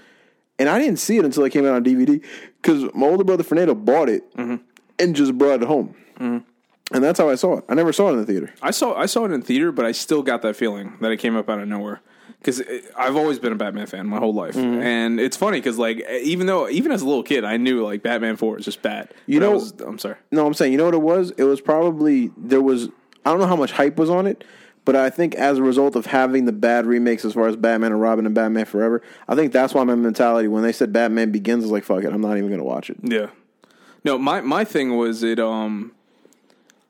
Speaker 1: and I didn't see it until it came out on DVD. Because my older brother Fernando bought it and just brought it home, and that's how I saw it. I never saw it in the theater.
Speaker 2: I saw I saw it in theater, but I still got that feeling that it came up out of nowhere because I've always been a Batman fan my whole life, and it's funny because like even though even as a little kid, I knew like Batman Four is just bad. You
Speaker 1: know-
Speaker 2: I'm sorry.
Speaker 1: No, I'm saying you know what it was. It was probably there was I don't know how much hype was on it, but I think as a result of having the bad remakes as far as Batman and Robin and Batman Forever, I think that's why my mentality when they said Batman Begins was like fuck it, I'm not even gonna watch it.
Speaker 2: Yeah. No, my my thing was it. Um,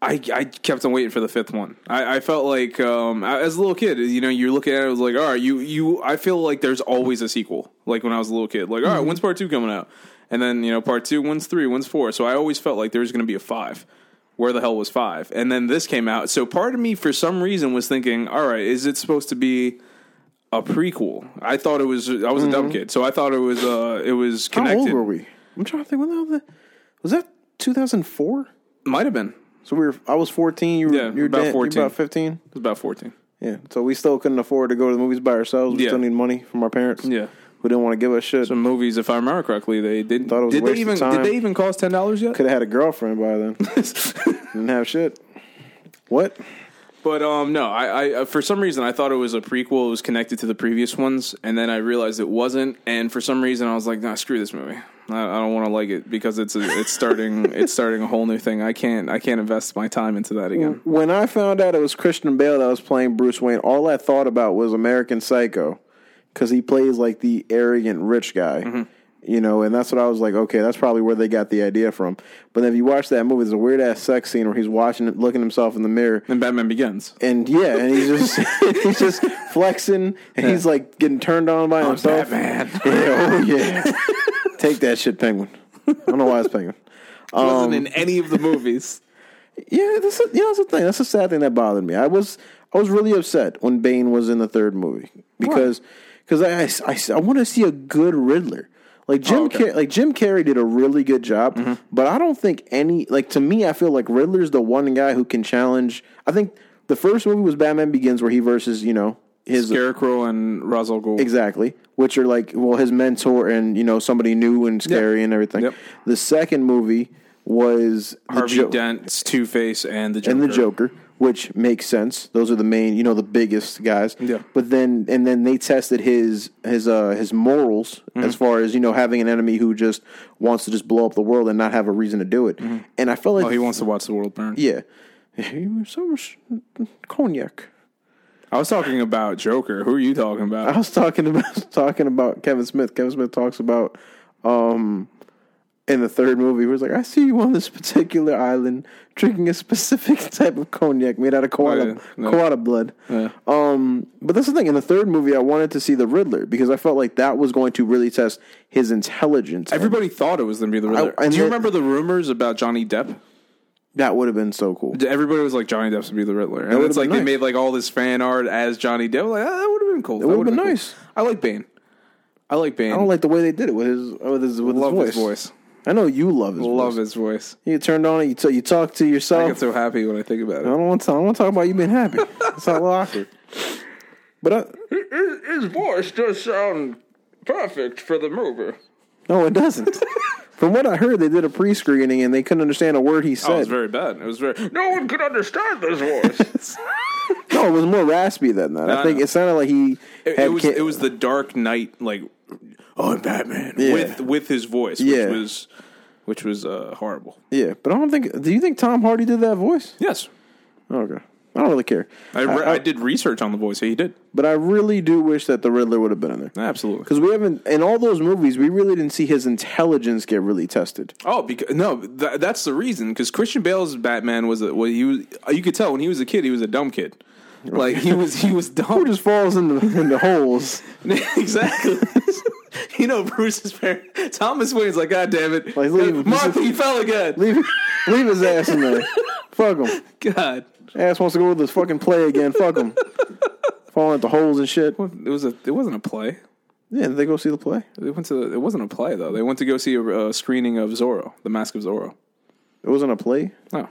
Speaker 2: I I kept on waiting for the fifth one. I, I felt like um, I- as a little kid, you know, you're looking at it, it was like, all right, you you. I feel like there's always a sequel. Like when I was a little kid, like all right, when's part two coming out? And then you know, part two, when's three, when's four? So I always felt like there was going to be a five. Where the hell was five? And then this came out. So part of me, for some reason, was thinking, all right, is it supposed to be? A prequel. I thought it was. I was a dumb kid, so I thought it was. Uh, it was
Speaker 1: How
Speaker 2: connected.
Speaker 1: old were we? I'm trying to think. When the hell the, was that? 2004?
Speaker 2: Might have been.
Speaker 1: So we were. I was fourteen. You were.
Speaker 2: Yeah,
Speaker 1: you were
Speaker 2: about
Speaker 1: Dan- you were
Speaker 2: 14.
Speaker 1: about fifteen.
Speaker 2: was about fourteen.
Speaker 1: Yeah. So we still couldn't afford to go to the movies by ourselves. We
Speaker 2: Yeah.
Speaker 1: still need money from our parents.
Speaker 2: Yeah.
Speaker 1: Who didn't want to give us shit.
Speaker 2: Some movies, if I remember correctly, they didn't.
Speaker 1: Thought it was a
Speaker 2: did
Speaker 1: waste
Speaker 2: they
Speaker 1: of
Speaker 2: even
Speaker 1: time.
Speaker 2: did they even cost ten dollars yet?
Speaker 1: Could have had a girlfriend by then. Didn't have shit. What?
Speaker 2: But um, no, I, I uh, for some reason I thought it was a prequel. It was connected to the previous ones, and then I realized it wasn't. And for some reason, I was like, "Nah, screw this movie. I, I don't want to like it because it's a, it's starting it's starting a whole new thing. I can't I can't invest my time into that again."
Speaker 1: When I found out it was Christian Bale that was playing Bruce Wayne, all I thought about was American Psycho because he plays like the arrogant rich guy. You know, and that's what I was like, okay, that's probably where they got the idea from. But then if you watch that movie, there's a weird ass sex scene where he's watching, looking himself in the mirror,
Speaker 2: And Batman Begins.
Speaker 1: and yeah, and he's just he's just flexing, and he's like getting turned on by himself.
Speaker 2: Batman.
Speaker 1: Yeah, oh yeah, take that shit, Penguin. I don't know why it's Penguin. Um,
Speaker 2: wasn't in any of the movies.
Speaker 1: Yeah, that's a, you know, that's the thing. That's the sad thing that bothered me. I was I was really upset when Bane was in the third movie because because I I, want to see a good Riddler. Like Jim
Speaker 2: Oh, okay. Mm-hmm.
Speaker 1: Car- like Jim Carrey did a really good job, but I don't think any like to me I feel like Riddler's the one guy who can challenge. I think the first movie was Batman Begins where he versus, you know, his
Speaker 2: Scarecrow and Ra's al Ghul.
Speaker 1: Exactly. Which are like well, his mentor and you know somebody new and scary and everything.
Speaker 2: Yep.
Speaker 1: The second movie was the
Speaker 2: Harvey
Speaker 1: Jo-
Speaker 2: Dent's Two Face and the Joker.
Speaker 1: and the Joker, which makes sense. Those are the main, you know, the biggest guys.
Speaker 2: Yeah.
Speaker 1: But then, and then they tested his his uh his morals
Speaker 2: Mm-hmm.
Speaker 1: as far as you know having an enemy who just wants to just blow up the world and not have a reason to do it. And I felt like
Speaker 2: Oh, he wants to watch the world burn.
Speaker 1: yeah, so much cognac.
Speaker 2: I was talking about Joker. Who are you talking about?
Speaker 1: I was talking about talking about Kevin Smith. Kevin Smith talks about um in the third movie, he was like, "I see you on this particular island drinking a specific type of cognac made out of koala,
Speaker 2: Oh, yeah, yeah.
Speaker 1: koala blood." Um, but that's the thing. In the third movie, I wanted to see the Riddler because I felt like that was going to really test his intelligence. And
Speaker 2: Everybody thought it was going to be the Riddler.
Speaker 1: and
Speaker 2: Do you
Speaker 1: the-
Speaker 2: remember the rumors about Johnny Depp?
Speaker 1: that would have been so cool.
Speaker 2: Everybody was like Johnny Depp's would be the Riddler, and
Speaker 1: would've
Speaker 2: it's like
Speaker 1: been
Speaker 2: they
Speaker 1: nice.
Speaker 2: made like all this fan art as Johnny Depp. Like ah, that would have been cool. That
Speaker 1: would've
Speaker 2: would've
Speaker 1: been
Speaker 2: cool.
Speaker 1: nice.
Speaker 2: I like Bane. I like Bane.
Speaker 1: I don't like the way they did it with his with his with
Speaker 2: love
Speaker 1: his, voice.
Speaker 2: his voice.
Speaker 1: I know you love his
Speaker 2: Love
Speaker 1: voice.
Speaker 2: his voice.
Speaker 1: You turned on it. You, t- you talk to
Speaker 2: I
Speaker 1: yourself.
Speaker 2: get so happy when I think
Speaker 1: I
Speaker 2: about it.
Speaker 1: don't want to. I don't want to talk about you being happy. It's not a little awkward. But I,
Speaker 2: His voice does sound perfect for the movie.
Speaker 1: no, it doesn't. From what I heard, they did a pre-screening and they couldn't understand a word he
Speaker 2: Oh, it was
Speaker 1: said.
Speaker 2: very bad. It was very. No one could understand this voice.
Speaker 1: no, it was more raspy than that. I
Speaker 2: I
Speaker 1: think
Speaker 2: know.
Speaker 1: it sounded like he
Speaker 2: it,
Speaker 1: had.
Speaker 2: it was.
Speaker 1: ca-
Speaker 2: It was the Dark Knight, like oh, Batman
Speaker 1: Yeah.
Speaker 2: with with his voice, which
Speaker 1: Yeah.
Speaker 2: was which was uh, horrible.
Speaker 1: yeah, but I don't think. Do you think Tom Hardy did that voice?
Speaker 2: Yes,
Speaker 1: Okay, I don't really care.
Speaker 2: I, re- I did research on the voice. He did
Speaker 1: but I really do wish that the Riddler would have been in there
Speaker 2: absolutely.
Speaker 1: because we haven't in all those movies. We really didn't see his intelligence get really tested.
Speaker 2: Oh, because no, tha that's the reason. Because Christian Bale's Batman was a well, he was. You could tell when he was a kid, he was a dumb kid. Like he was, he was
Speaker 1: Who
Speaker 2: dumb.
Speaker 1: just falls in the, in the holes?
Speaker 2: exactly. you know, Bruce's parents. Thomas Wayne's like, God damn it, Uh,
Speaker 1: Like, leave-
Speaker 2: Martha, you fell again.
Speaker 1: Leave, leave his ass in there. Fuck him.
Speaker 2: God,
Speaker 1: Ass wants to go with this fucking play again. Fuck them. Falling at the holes and shit.
Speaker 2: it was a. It wasn't a play.
Speaker 1: Yeah, did they go see the play?
Speaker 2: They went to. It wasn't a play though. They went to go see a, a screening of Zorro, The Mask of Zorro.
Speaker 1: It wasn't a play.
Speaker 2: Oh,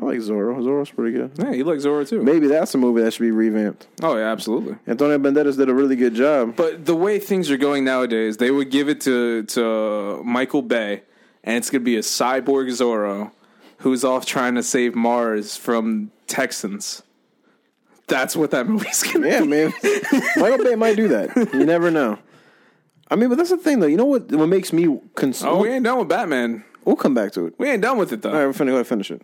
Speaker 1: I like Zorro. Zorro's pretty good.
Speaker 2: yeah, you like Zorro too.
Speaker 1: Maybe that's a movie that should be revamped.
Speaker 2: Oh yeah, absolutely.
Speaker 1: Antonio Banderas did a really good job.
Speaker 2: But the way things are going nowadays, they would give it to to Michael Bay, and it's gonna be a cyborg Zorro who's off trying to save Mars from Texans. That's what that movie's gonna
Speaker 1: Yeah, man. Michael Bay might do that. You never know. I mean, but that's the thing, though. You know what? What makes me concerned?
Speaker 2: Oh, we ain't done with Batman.
Speaker 1: we'll come back to it.
Speaker 2: We ain't done with it though.
Speaker 1: All right, we're finna go ahead and finish it.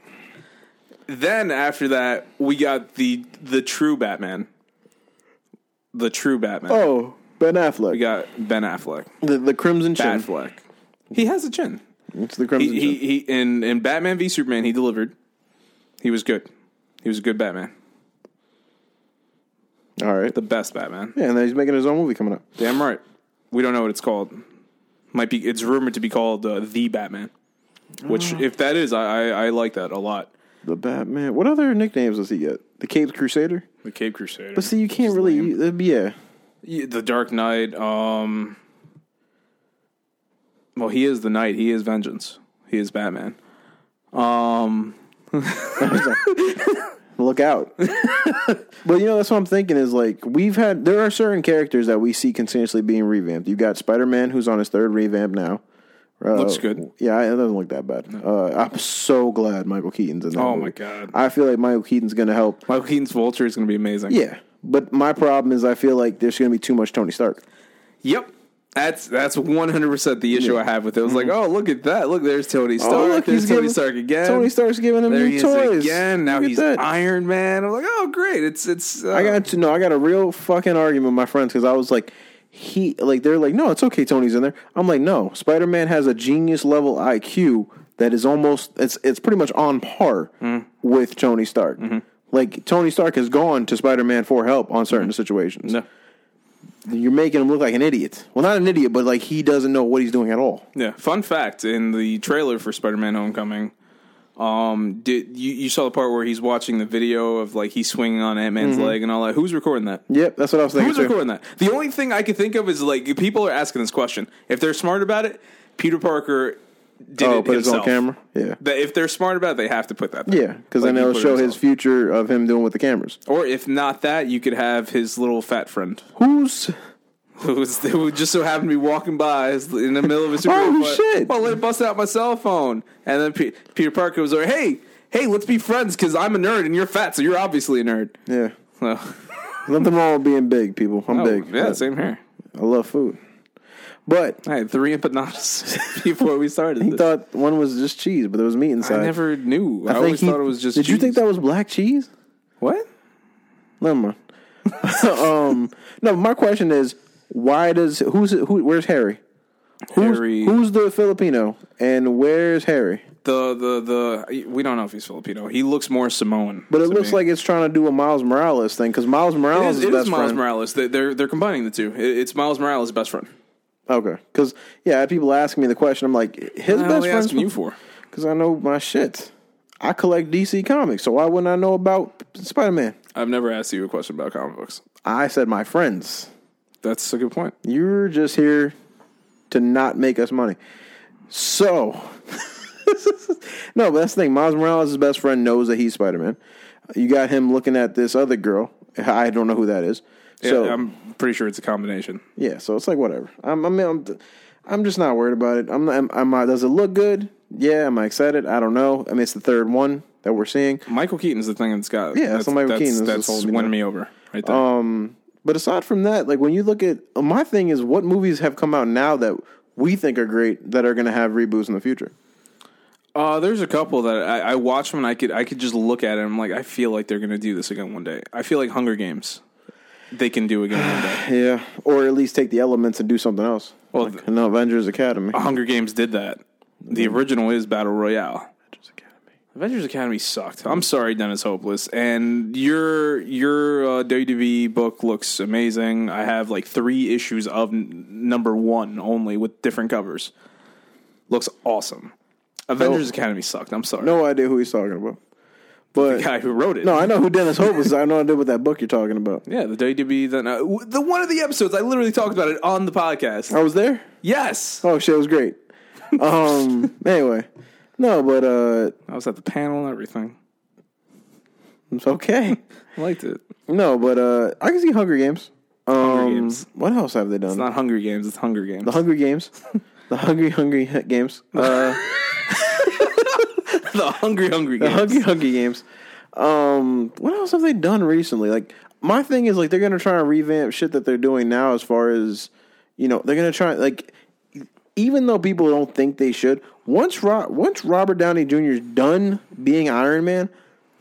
Speaker 2: Then after that, we got the the true Batman. The true Batman.
Speaker 1: Oh, Ben Affleck,
Speaker 2: We got Ben Affleck.
Speaker 1: the, the Crimson Chin.
Speaker 2: Batfleck. He has a chin.
Speaker 1: It's the
Speaker 2: He
Speaker 1: Crimson
Speaker 2: he,
Speaker 1: Chin.
Speaker 2: he in, in Batman v Superman he delivered. He was good. He was a good Batman.
Speaker 1: All right.
Speaker 2: The best Batman.
Speaker 1: yeah, and then he's making his own movie coming up.
Speaker 2: Damn right. We don't know what it's called. Might be it's rumored to be called uh, the Batman. Which if that is, I, I I like that a lot.
Speaker 1: The Batman. What other nicknames does he get? The Caped Crusader.
Speaker 2: The Cape Crusader,
Speaker 1: But see, you can't really. uh, Yeah,
Speaker 2: Yeah, the Dark Knight. Um, well, he is the Knight. He is Vengeance. He is Batman. Um,
Speaker 1: Look out. but you know, that's what I'm thinking is like, we've had, there are certain characters that we see continuously being revamped. You've got Spider Man, who's on his third revamp now. Uh,
Speaker 2: Looks good.
Speaker 1: Yeah, it doesn't look that bad. Uh, I'm so glad Michael Keaton's in that.
Speaker 2: Oh,
Speaker 1: movie.
Speaker 2: my God.
Speaker 1: I feel like Michael Keaton's going to help.
Speaker 2: Michael Keaton's Vulture is going to be amazing.
Speaker 1: Yeah, but my problem is I feel like there's going to be too much Tony Stark.
Speaker 2: Yep. That's that's one hundred percent the issue I have with it. It was like, oh
Speaker 1: Mm-hmm.
Speaker 2: look at that! Look, there's Tony Stark. there's Tony
Speaker 1: Oh, giving-
Speaker 2: Stark again.
Speaker 1: Tony Stark's giving him
Speaker 2: There
Speaker 1: new
Speaker 2: he is
Speaker 1: toys
Speaker 2: again. Now
Speaker 1: Look at
Speaker 2: he's
Speaker 1: that.
Speaker 2: Iron Man. I'm like, oh great! It's it's. Uh,
Speaker 1: I got to no. I got a real fucking argument with my friends because I was like, he like they're like, no, it's okay. Tony's in there. I'm like, no. Spider Man has a genius level IQ that is almost it's it's pretty much on par with Tony Stark. Like Tony Stark has gone to Spider Man for help on certain situations.
Speaker 2: No.
Speaker 1: You're making him look like an idiot. Well, not an idiot, but like he doesn't know what he's doing at all.
Speaker 2: Yeah. Fun fact: in the trailer for Spider-Man: Homecoming, um, did you, you saw the part where he's watching the video of like he's swinging on Ant
Speaker 1: Mm-hmm.
Speaker 2: Man's leg and all that? Who's recording that?
Speaker 1: Yep, that's what I was thinking.
Speaker 2: Who's
Speaker 1: too.
Speaker 2: recording that? The only thing I could think of is like people are asking this question. If they're smart about it, Peter Parker did
Speaker 1: Oh,
Speaker 2: it
Speaker 1: put
Speaker 2: himself.
Speaker 1: his own camera. Yeah.
Speaker 2: That if they're smart about it, they have to put that. There.
Speaker 1: Yeah, because
Speaker 2: Like,
Speaker 1: then
Speaker 2: he
Speaker 1: it'll
Speaker 2: put it
Speaker 1: show his Oh.
Speaker 2: himself.
Speaker 1: future of him doing with the cameras.
Speaker 2: Or if not that, you could have his little fat friend
Speaker 1: Who's
Speaker 2: who, was, who just so happened to be walking by as- in the middle of a Super Bowl
Speaker 1: Oh,
Speaker 2: fight.
Speaker 1: shit.
Speaker 2: Well, let me bust out my cell phone, and then Pe- Peter Parker was like, "Hey, hey, let's be friends because I'm a nerd and you're fat, so you're obviously a nerd."
Speaker 1: yeah?
Speaker 2: So,
Speaker 1: Nothing wrong with being big, people. I'm big.
Speaker 2: Yeah, same here.
Speaker 1: I love food. But
Speaker 2: I had three empanadas before we started.
Speaker 1: he
Speaker 2: this.
Speaker 1: thought one was just cheese, but there was meat inside.
Speaker 2: I never knew. I,
Speaker 1: think
Speaker 2: always
Speaker 1: he-
Speaker 2: thought it was just.
Speaker 1: Did you
Speaker 2: cheese.
Speaker 1: think that was black cheese?
Speaker 2: What?
Speaker 1: Never mind. um, no, my question is, why does who's who? Where's Harry? Who's,
Speaker 2: Harry-
Speaker 1: Who's the Filipino and where's Harry?
Speaker 2: The the the we don't know if he's Filipino. He looks more Samoan,
Speaker 1: But it
Speaker 2: to
Speaker 1: looks
Speaker 2: me.
Speaker 1: like it's trying to do a Miles Morales thing because Miles
Speaker 2: it
Speaker 1: Morales
Speaker 2: is,
Speaker 1: is,
Speaker 2: it
Speaker 1: best
Speaker 2: is Miles
Speaker 1: friend.
Speaker 2: Morales. They- They're they're combining the two. It- It's Miles Morales' best friend.
Speaker 1: Okay, because yeah, I had people asking me the question. I'm like, his
Speaker 2: What the hell
Speaker 1: best
Speaker 2: are they
Speaker 1: friend's
Speaker 2: asking you for?
Speaker 1: because I know my shit. I collect DC comics, so why wouldn't I know about Spider Man?
Speaker 2: I've never asked you a question about comic books.
Speaker 1: I said my friends.
Speaker 2: That's a good point.
Speaker 1: You're just here to not make us money. So, no, but that's the thing. Miles Morales' best friend knows that he's Spider Man. You got him looking at this other girl. I don't know who that is. So
Speaker 2: yeah, I'm pretty sure it's a combination.
Speaker 1: yeah, so it's like whatever. I'm, I mean, I'm, I'm just not worried about it. I'm, not, I'm, I'm not- does it look good? Yeah, am I excited? I don't know. I mean, it's the third one that we're seeing.
Speaker 2: Michael Keaton's the thing that's got
Speaker 1: Yeah,
Speaker 2: That's,
Speaker 1: so Michael
Speaker 2: that's,
Speaker 1: Keaton is
Speaker 2: that's
Speaker 1: just holding Um, me down.
Speaker 2: winning me over right there.
Speaker 1: But aside from that, like when you look at my thing is what movies have come out now that we think are great that are going to have reboots in the future.
Speaker 2: uh, there's a couple that I, I watch them and I could I could just look at it. and I'm like, I feel like they're gonna do this again one day. I feel like Hunger Games, they can do again one day.
Speaker 1: Yeah, or at least take the elements and do something else.
Speaker 2: Well, Oh,
Speaker 1: like, no Avengers Academy.
Speaker 2: Hunger Games did that. The original is Battle Royale.
Speaker 1: Avengers Academy.
Speaker 2: Avengers Academy sucked. I'm sorry, Dennis Hopeless. And your your uh, WWE book looks amazing. I have like three issues of n- number one only with different covers. Looks awesome. Avengers Academy sucked. I'm sorry.
Speaker 1: No idea who he's talking about. But
Speaker 2: the guy who wrote it.
Speaker 1: no, I know who Dennis Hope is. I know I did with that book you're talking about.
Speaker 2: yeah, the WWE. Then uh, w- the one of the episodes I literally talked about it on the podcast.
Speaker 1: I was there.
Speaker 2: Yes,
Speaker 1: Oh shit, it was great. Um. anyway, no, but uh,
Speaker 2: I was at the panel and everything.
Speaker 1: it's okay.
Speaker 2: I liked it.
Speaker 1: No, but uh, I can see Hunger Games. Um,
Speaker 2: Games.
Speaker 1: What else have they done?
Speaker 2: Not Hunger Games. It's Hunger Games.
Speaker 1: The Hungry Games. The Hungry Hungry H- Games. Uh,
Speaker 2: The Hungry Hungry
Speaker 1: the
Speaker 2: Games.
Speaker 1: Hungry Hungry Games. Um, what else have they done recently? Like my thing is like they're gonna try and revamp shit that they're doing now. As far as you know, they're gonna try like even though people don't think they should. Once Ro- once Robert Downey Jr. is done being Iron Man,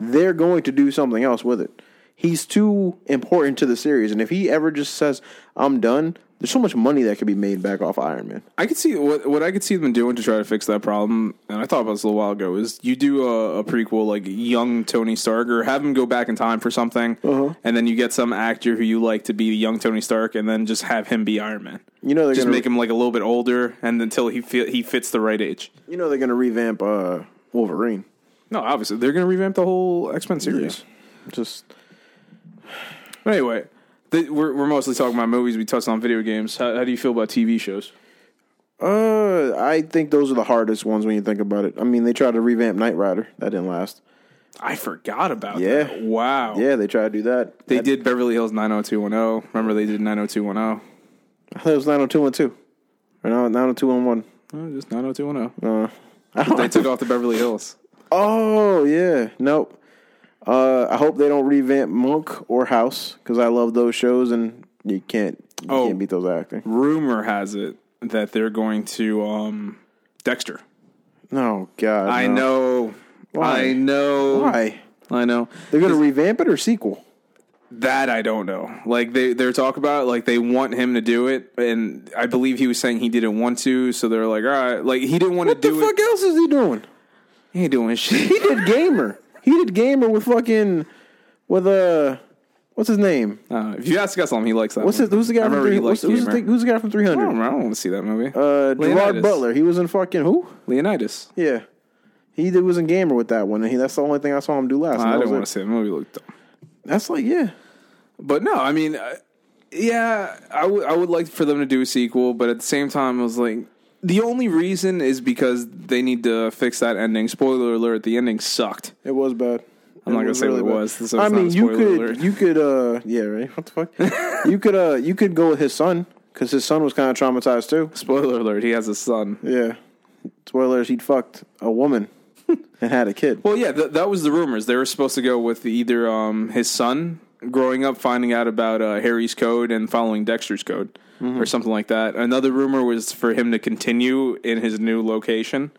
Speaker 1: they're going to do something else with it. He's too important to the series, and if he ever just says I'm done, there's so much money that could be made back off Iron Man.
Speaker 2: I could see what what I could see them doing to try to fix that problem, and I thought about this a little while ago. Is you do a, a prequel like young Tony Stark, or have him go back in time for something, and then you get some actor who you like to be the young Tony Stark, and then just have him be Iron Man.
Speaker 1: You know they're
Speaker 2: just
Speaker 1: gonna
Speaker 2: make him like a little bit older, and until he feel, he fits the right age.
Speaker 1: You know they're gonna revamp uh, Wolverine.
Speaker 2: No, obviously they're going to revamp the whole X Men series.
Speaker 1: Just
Speaker 2: But anyway, th- we're we're mostly talking about movies. We touched on video games. How, how do you feel about TV shows?
Speaker 1: Uh, I think those are the hardest ones when you think about it. I mean, they tried to revamp Knight Rider. That didn't last.
Speaker 2: I forgot about
Speaker 1: Yeah.
Speaker 2: that. Wow.
Speaker 1: Yeah, they tried to do that.
Speaker 2: They
Speaker 1: That-
Speaker 2: did Beverly Hills 90210. Remember they did 90210?
Speaker 1: I thought it was 90212. Or oh no, 90211.
Speaker 2: No, just 90210.
Speaker 1: I don't
Speaker 2: Uh, They took off the Beverly Hills.
Speaker 1: Oh yeah, nope. Uh, I hope they don't revamp Monk or House because I love those shows and you can't you
Speaker 2: Oh.
Speaker 1: can't beat those acting.
Speaker 2: Rumor has it that they're going to um, Dexter.
Speaker 1: No God,
Speaker 2: I
Speaker 1: no.
Speaker 2: know.
Speaker 1: Why?
Speaker 2: I know.
Speaker 1: why
Speaker 2: I know.
Speaker 1: they're gonna revamp it or sequel.
Speaker 2: That I don't know. Like they they're talking about it, like they want him to do it, and I believe he was saying he didn't want to, so they're like, all right, like he didn't want
Speaker 1: What
Speaker 2: to
Speaker 1: the
Speaker 2: do
Speaker 1: fuck
Speaker 2: it.
Speaker 1: else is he doing?
Speaker 2: He ain't doing
Speaker 1: He
Speaker 2: shit.
Speaker 1: did Gamer. he did Gamer with fucking with uh what's his name?
Speaker 2: Uh, if you ask Gaslam, he likes that.
Speaker 1: What's
Speaker 2: one.
Speaker 1: his, who's the
Speaker 2: I
Speaker 1: guy from
Speaker 2: remember he
Speaker 1: three?
Speaker 2: liked
Speaker 1: Who's, who's, the,
Speaker 2: humor.
Speaker 1: thing- who's the guy from three
Speaker 2: I don't,
Speaker 1: hundred?
Speaker 2: remember. I don't want to see that movie.
Speaker 1: Uh, Gerard
Speaker 2: Leonidas.
Speaker 1: Butler. He was in fucking who?
Speaker 2: Leonidas.
Speaker 1: Yeah, he did was in Gamer with that one, and he, that's the only thing I saw him do last. and
Speaker 2: I
Speaker 1: that
Speaker 2: didn't
Speaker 1: was
Speaker 2: want to
Speaker 1: it.
Speaker 2: see that movie. It Looked dumb.
Speaker 1: That's like yeah.
Speaker 2: But no, I mean, uh, yeah, I would I would like for them to do a sequel, but at the same time, I was like, the only reason is because they need to fix that ending. Spoiler alert: the ending sucked.
Speaker 1: It was bad.
Speaker 2: I'm not
Speaker 1: It
Speaker 2: gonna
Speaker 1: was
Speaker 2: say what
Speaker 1: really
Speaker 2: it
Speaker 1: bad.
Speaker 2: was, so it's
Speaker 1: I
Speaker 2: not
Speaker 1: mean,
Speaker 2: a
Speaker 1: you
Speaker 2: spoiler
Speaker 1: could,
Speaker 2: alert.
Speaker 1: you could, uh, yeah, right. What the fuck? you could, uh, you could go with his son because his son was kind of traumatized too.
Speaker 2: Spoiler alert: he has a son.
Speaker 1: Yeah. Spoilers: He'd fucked a woman and had a kid.
Speaker 2: Well, yeah, th- that was the rumors. They were supposed to go with either um, his son growing up, finding out about uh, Harry's code and following Dexter's code, or something like that. Another rumor was for him to continue in his new location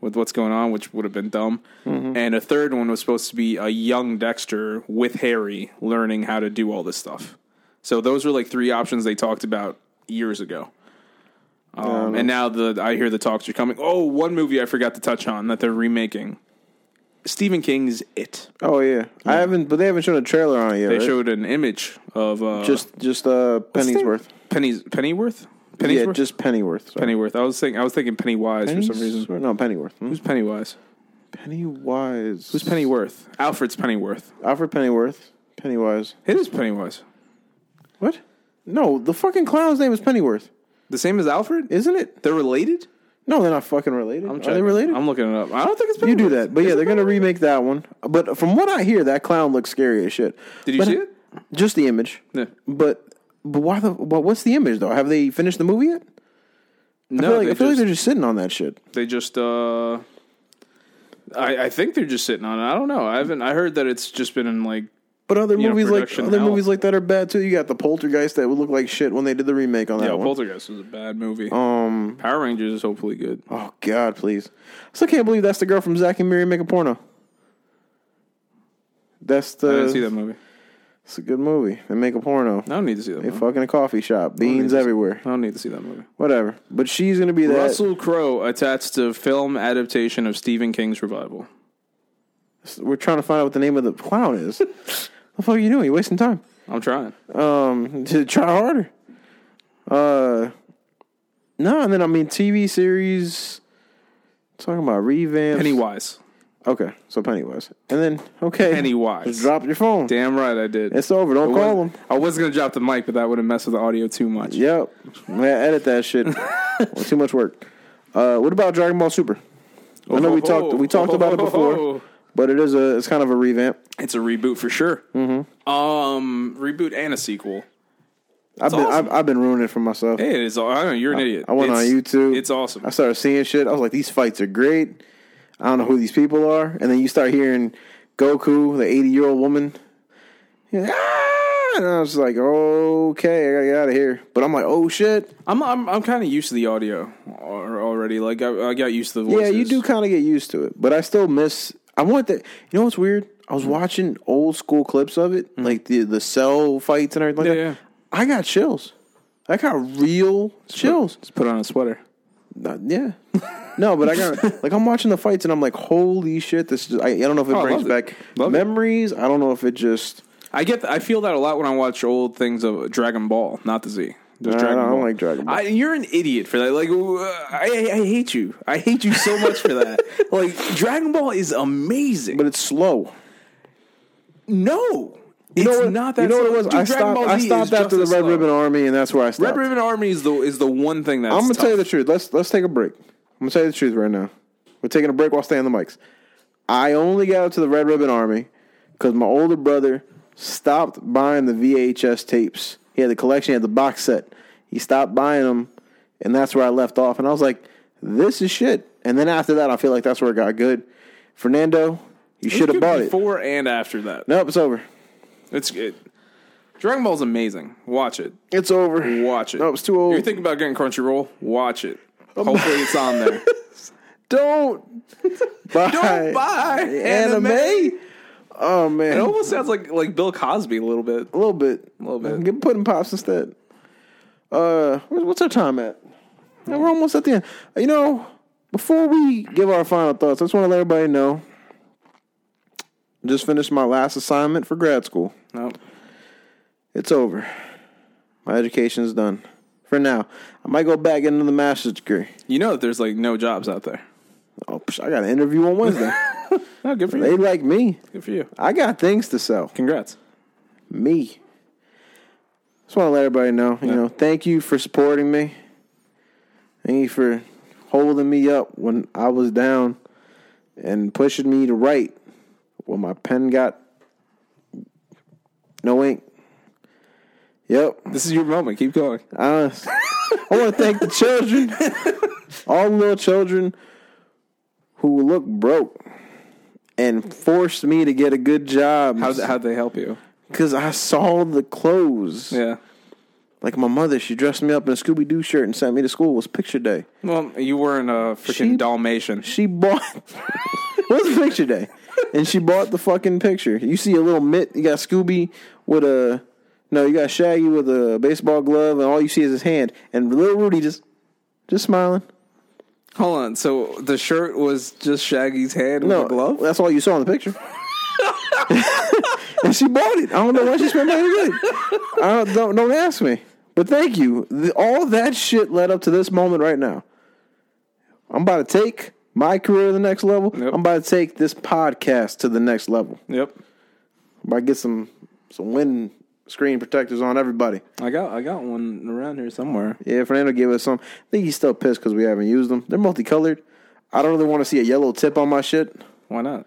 Speaker 2: with what's going on, which would have been dumb. And a third one was supposed to be a young Dexter with Harry learning how to do all this stuff. So those were like three options they talked about years ago. Um, and now the I hear the talks are coming. Oh, one movie I forgot to touch on that they're remaking. Stephen King's It.
Speaker 1: Oh yeah. I haven't, but they haven't shown a trailer on it yet.
Speaker 2: They
Speaker 1: right?
Speaker 2: showed uh, an image of uh,
Speaker 1: just, just uh, Pennyworth.
Speaker 2: Penny's Pennyworth.
Speaker 1: Yeah,
Speaker 2: Pennyworth.
Speaker 1: just Pennyworth. Sorry.
Speaker 2: Pennyworth. I was thinking I was thinking Pennywise for some reason.
Speaker 1: No, Pennyworth. Hmm?
Speaker 2: Who's Pennywise?
Speaker 1: Pennywise.
Speaker 2: Who's Pennyworth? Alfred's Pennyworth.
Speaker 1: Alfred Pennyworth? Pennywise.
Speaker 2: It is Pennywise.
Speaker 1: What? No, the fucking clown's name is Pennyworth,
Speaker 2: The same as Alfred.
Speaker 1: isn't it?
Speaker 2: They're related.
Speaker 1: No, they're not fucking related. Are they
Speaker 2: checking.
Speaker 1: related?
Speaker 2: I'm looking it up. I don't think it's
Speaker 1: You
Speaker 2: Pennyworth.
Speaker 1: do that, but yeah, they're gonna remake that one. But from what I hear, that clown looks scary as shit.
Speaker 2: Did you
Speaker 1: But-
Speaker 2: see it?
Speaker 1: Just the image.
Speaker 2: Yeah.
Speaker 1: But but why the? But what's the image though? Have they finished the movie yet? I
Speaker 2: No,
Speaker 1: feel, like,
Speaker 2: they
Speaker 1: I feel like
Speaker 2: just-
Speaker 1: they're just sitting on that shit.
Speaker 2: They just uh I, I think they're just sitting on it. I don't know. I haven't I heard that it's just been in like
Speaker 1: But other
Speaker 2: know,
Speaker 1: movies like
Speaker 2: production
Speaker 1: other
Speaker 2: hell.
Speaker 1: movies like that are bad too. You got the Poltergeist that would look like shit when they did the remake on that
Speaker 2: yeah,
Speaker 1: one.
Speaker 2: Poltergeist was a bad movie.
Speaker 1: um.
Speaker 2: Power Rangers is hopefully good.
Speaker 1: Oh God, please! I still can't believe that's the girl from Zack and Miri Make a Porno. That's the.
Speaker 2: I didn't see that movie.
Speaker 1: It's a good movie. They make a porno.
Speaker 2: I don't need to see that
Speaker 1: They
Speaker 2: movie.
Speaker 1: fucking a coffee shop. Beans everywhere.
Speaker 2: I don't need to see that movie.
Speaker 1: Whatever. But she's gonna be that.
Speaker 2: Russell Crowe attached to film adaptation of Stephen King's revival.
Speaker 1: We're trying to find out what the name of the clown is. the fuck are you doing? You're wasting time.
Speaker 2: I'm trying.
Speaker 1: Um, to try harder. Uh, no, and then I mean TV series. Talking about revamps.
Speaker 2: Pennywise.
Speaker 1: Okay, so Pennywise, and then okay,
Speaker 2: Pennywise.
Speaker 1: Just drop your phone.
Speaker 2: Damn right I did.
Speaker 1: It's over.
Speaker 2: I
Speaker 1: Don't
Speaker 2: wasn't-
Speaker 1: call him.
Speaker 2: I was gonna drop the mic, but that would have messed with the audio too much.
Speaker 1: Yep. Man, edit that shit. Too much work. Uh, what about Dragon Ball Super? I know we talked we talked about it before, but it is a it's kind of a revamp.
Speaker 2: Oh. It's a reboot for sure.
Speaker 1: Mm-hmm.
Speaker 2: Um, reboot and a sequel.
Speaker 1: I've been
Speaker 2: awesome.
Speaker 1: I've, I've been ruining it for myself.
Speaker 2: Hey, it is. I know you're an idiot.
Speaker 1: I went
Speaker 2: it's,
Speaker 1: on YouTube.
Speaker 2: It's awesome.
Speaker 1: I started seeing shit. I was like, these fights are great. I don't know who these people are. And then you start hearing Goku, the eighty year old woman. You're like, "Ah!" And I was like, okay, I gotta get out of here. But I'm like, oh shit.
Speaker 2: I'm I'm, I'm kind of used to the audio al- already. Like I, I got used to the
Speaker 1: Yeah,
Speaker 2: voices.
Speaker 1: you do kind of get used to it, but I still miss. I want that. You know what's weird? I
Speaker 2: Mm.
Speaker 1: was watching old school clips of it, like the the cell fights and everything. like
Speaker 2: Yeah,
Speaker 1: that.
Speaker 2: yeah.
Speaker 1: I got chills. I got real chills.
Speaker 2: Just put on a sweater.
Speaker 1: Not- yeah. no, but I got like I'm watching the fights and I'm like, holy shit! This is, I, I don't know if it
Speaker 2: Oh, I
Speaker 1: brings
Speaker 2: loved it.
Speaker 1: back
Speaker 2: Loved it.
Speaker 1: memories. I don't know if it just.
Speaker 2: I get. th- I feel that a lot when I watch old things of Dragon Ball, not the Z. Just
Speaker 1: I don't-
Speaker 2: Dragon
Speaker 1: I
Speaker 2: Ball.
Speaker 1: don't like Dragon Ball.
Speaker 2: I, you're an idiot for that. Like uh, I, I hate you. I hate you so much for that. like Dragon Ball is amazing.
Speaker 1: But it's slow.
Speaker 2: No,
Speaker 1: You know
Speaker 2: It's
Speaker 1: what?
Speaker 2: not that
Speaker 1: you know what it
Speaker 2: simple.
Speaker 1: was?
Speaker 2: Dude,
Speaker 1: I
Speaker 2: Dragon
Speaker 1: stopped.
Speaker 2: Ball
Speaker 1: I
Speaker 2: Z
Speaker 1: stopped
Speaker 2: is just
Speaker 1: after the
Speaker 2: as
Speaker 1: Red
Speaker 2: slow.
Speaker 1: Ribbon Army, and that's where I stopped.
Speaker 2: Red Ribbon Army is the is the one thing that's.
Speaker 1: I'm gonna
Speaker 2: tough.
Speaker 1: tell you the truth. Let's let's take a break. I'm gonna tell you the truth right now. We're taking a break while staying on the mics. I only got up to the Red Ribbon Army because my older brother stopped buying the VHS tapes. He had the collection, he had the box set. He stopped buying them, and that's where I left off. And I was like, "This is shit." And then after that, I feel like that's where it got good. Fernando, you should have
Speaker 2: Good
Speaker 1: bought it.
Speaker 2: before and after that.
Speaker 1: Nope, it's over.
Speaker 2: It's it. Dragon Ball's amazing. Watch it.
Speaker 1: It's over.
Speaker 2: Watch it.
Speaker 1: No, it's too old.
Speaker 2: You're thinking about getting Crunchyroll? Watch it. Hopefully, it's on there.
Speaker 1: Don't buy,
Speaker 2: Don't buy anime.
Speaker 1: anime. Oh man,
Speaker 2: It almost sounds like like Bill Cosby a little bit.
Speaker 1: A little bit. A
Speaker 2: little bit.
Speaker 1: Get pudding pops instead. Uh, where- what's our time at?
Speaker 2: Hmm.
Speaker 1: Yeah, We're almost at the end. Uh, You know, before we give our final thoughts, I just want to let everybody know. Just finished my last assignment for grad school.
Speaker 2: No,
Speaker 1: It's over. My education's done for now. I might go back into the master's degree.
Speaker 2: you know that there's like no jobs out there.
Speaker 1: Oh, psh, I got an interview on Wednesday.
Speaker 2: No, good for you.
Speaker 1: they like me.
Speaker 2: Good for you.
Speaker 1: I got things to sell.
Speaker 2: Congrats.
Speaker 1: me. Just want to let everybody know, you know, thank you for supporting me. Thank you for holding me up when I was down and pushing me to write when my pen got no ink. Yep.
Speaker 2: This is your moment. Keep going.
Speaker 1: I, I want to thank the children, all the little children who look broke and forced me to get a good job
Speaker 2: How how'd they help you?
Speaker 1: because I saw the clothes.
Speaker 2: Yeah.
Speaker 1: Like my mother, she dressed me up in a Scooby Doo shirt and sent me to school. It was picture day.
Speaker 2: Well, you weren't a freaking
Speaker 1: She-
Speaker 2: Dalmatian.
Speaker 1: She bought it was picture day, and she bought the fucking picture. You see a little mitt. You got Scooby with a no. You got Shaggy with a baseball glove, and all you see is his hand. And little Rudy just just smiling.
Speaker 2: Hold on. So the shirt was just Shaggy's hand with
Speaker 1: No
Speaker 2: a glove.
Speaker 1: That's all you saw in the picture. and she bought it. I don't know why she spent money on it. I don't, don't don't ask me. But thank you. The- all that shit led up to this moment right now. I'm about to take my career to the next level.
Speaker 2: Yep.
Speaker 1: I'm about to take this podcast to the next level.
Speaker 2: Yep.
Speaker 1: I'm about to get some some wind screen protectors on everybody.
Speaker 2: I got I got one around here somewhere.
Speaker 1: Yeah, Fernando gave us some. I think he's still pissed because we haven't used them. They're multicolored. I don't really want to see a yellow tip on my shit.
Speaker 2: Why not?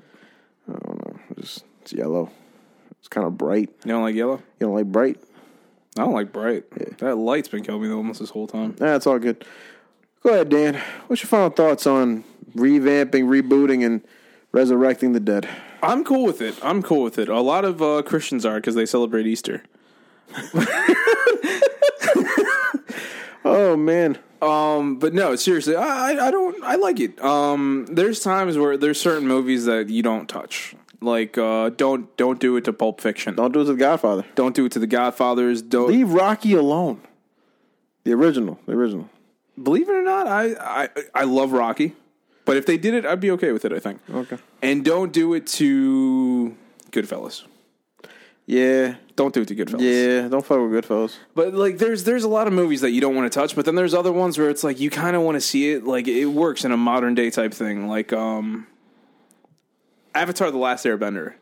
Speaker 1: It's, it's yellow. It's kind of bright.
Speaker 2: You don't like yellow?
Speaker 1: You know, like bright.
Speaker 2: I don't like bright. That light's been killing me almost this whole time.
Speaker 1: Nah, it's all good. Go ahead, Dan. What's your final thoughts on revamping, rebooting, and resurrecting the dead?
Speaker 2: I'm cool with it. I'm cool with it. A lot of uh, Christians are because they celebrate Easter.
Speaker 1: Oh man,
Speaker 2: Um, but no, seriously, I, I I don't I like it. Um, there's times where there's certain movies that you don't touch. Like uh, don't don't do it to Pulp Fiction. Don't,
Speaker 1: don't do it to the Godfather.
Speaker 2: do it to The Godfathers. Don't
Speaker 1: Leave Rocky alone. The original, the original.
Speaker 2: believe it or not, I, I I love Rocky, but if they did it, I'd be okay with it. I think.
Speaker 1: Okay.
Speaker 2: And don't do it to Goodfellas.
Speaker 1: Yeah,
Speaker 2: Don't do it to Goodfellas.
Speaker 1: yeah. Don't fuck with Goodfellas.
Speaker 2: But like, there's there's a lot of movies that you don't want to touch, but then there's other ones where it's like you kind of want to see it. Like it works in a modern day type thing. Like um, Avatar: The Last Airbender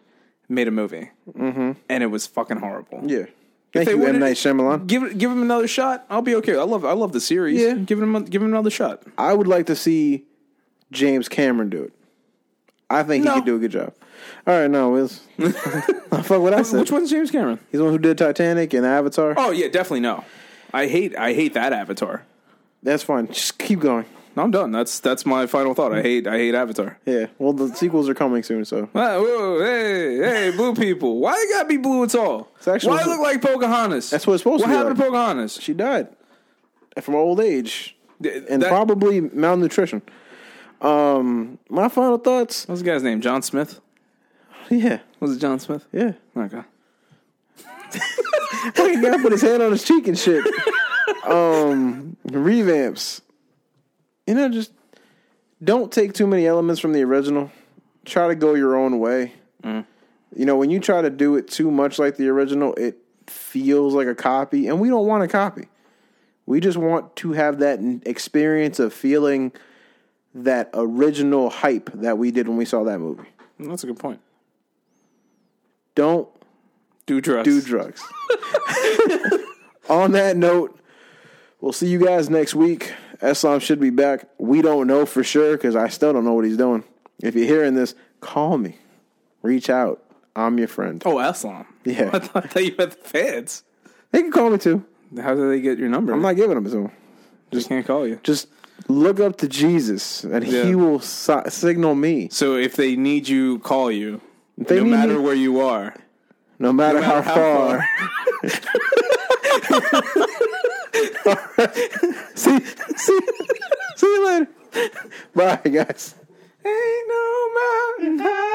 Speaker 2: made a movie, mm-hmm. and it was fucking horrible.
Speaker 1: Yeah. Thank
Speaker 2: they
Speaker 1: you, M
Speaker 2: wanted-
Speaker 1: Night Shyamalan.
Speaker 2: Give it, give him another shot. I'll be okay. I love I love the series.
Speaker 1: Yeah.
Speaker 2: Give him a- give him another shot.
Speaker 1: I would like to see James Cameron do it. I think
Speaker 2: No.
Speaker 1: he could do a good job. All right, no, it's I fuck what I said.
Speaker 2: Which one's James Cameron?
Speaker 1: He's the one who did Titanic and Avatar.
Speaker 2: Oh yeah, definitely no. I hate I hate that Avatar.
Speaker 1: That's fine. Just keep going.
Speaker 2: No, I'm done. That's that's my final thought. I hate I hate Avatar.
Speaker 1: Yeah. Well, the sequels are coming soon, so
Speaker 2: Ah, whoa, whoa, hey, hey, blue people. Why you gotta be blue at all?
Speaker 1: actually-
Speaker 2: Why look like Pocahontas?
Speaker 1: That's what it's supposed to be
Speaker 2: What happened
Speaker 1: like.
Speaker 2: to Pocahontas?
Speaker 1: she died from old age
Speaker 2: Th-
Speaker 1: and
Speaker 2: that-
Speaker 1: probably malnutrition. Um, my final thoughts.
Speaker 2: What's the guy's name? John Smith?
Speaker 1: Yeah,
Speaker 2: Was it John Smith?
Speaker 1: yeah.
Speaker 2: Okay.
Speaker 1: Fucking guy put his hand on his cheek and shit. Um, revamps. You know, just don't take too many elements from the original. Try to go your own way. You know, when you try to do it too much like the original, it feels like a copy, and we don't want a copy. We just want to have that n- experience of feeling that original hype that we did when we saw that movie.
Speaker 2: That's a good point.
Speaker 1: Don't
Speaker 2: Do drugs.
Speaker 1: do drugs. On that note, we'll see you guys next week. Eslam should be back. We don't know for sure because I still don't know what he's doing. If you're hearing this, call me. Reach out. I'm your friend.
Speaker 2: oh, Aslam.
Speaker 1: Yeah.
Speaker 2: I thought I thought you meant the fans.
Speaker 1: They can call me too.
Speaker 2: How do they get your number?
Speaker 1: I'm not giving them to him.
Speaker 2: just can't call you.
Speaker 1: Just look up to Jesus and
Speaker 2: Yeah.
Speaker 1: he will si- signal me.
Speaker 2: So if they need you, call you.
Speaker 1: They
Speaker 2: no
Speaker 1: need
Speaker 2: matter
Speaker 1: me-
Speaker 2: where you are.
Speaker 1: No matter, how,
Speaker 2: matter how
Speaker 1: far. see, see, see you later. Bye, guys. Ain't no mountain high.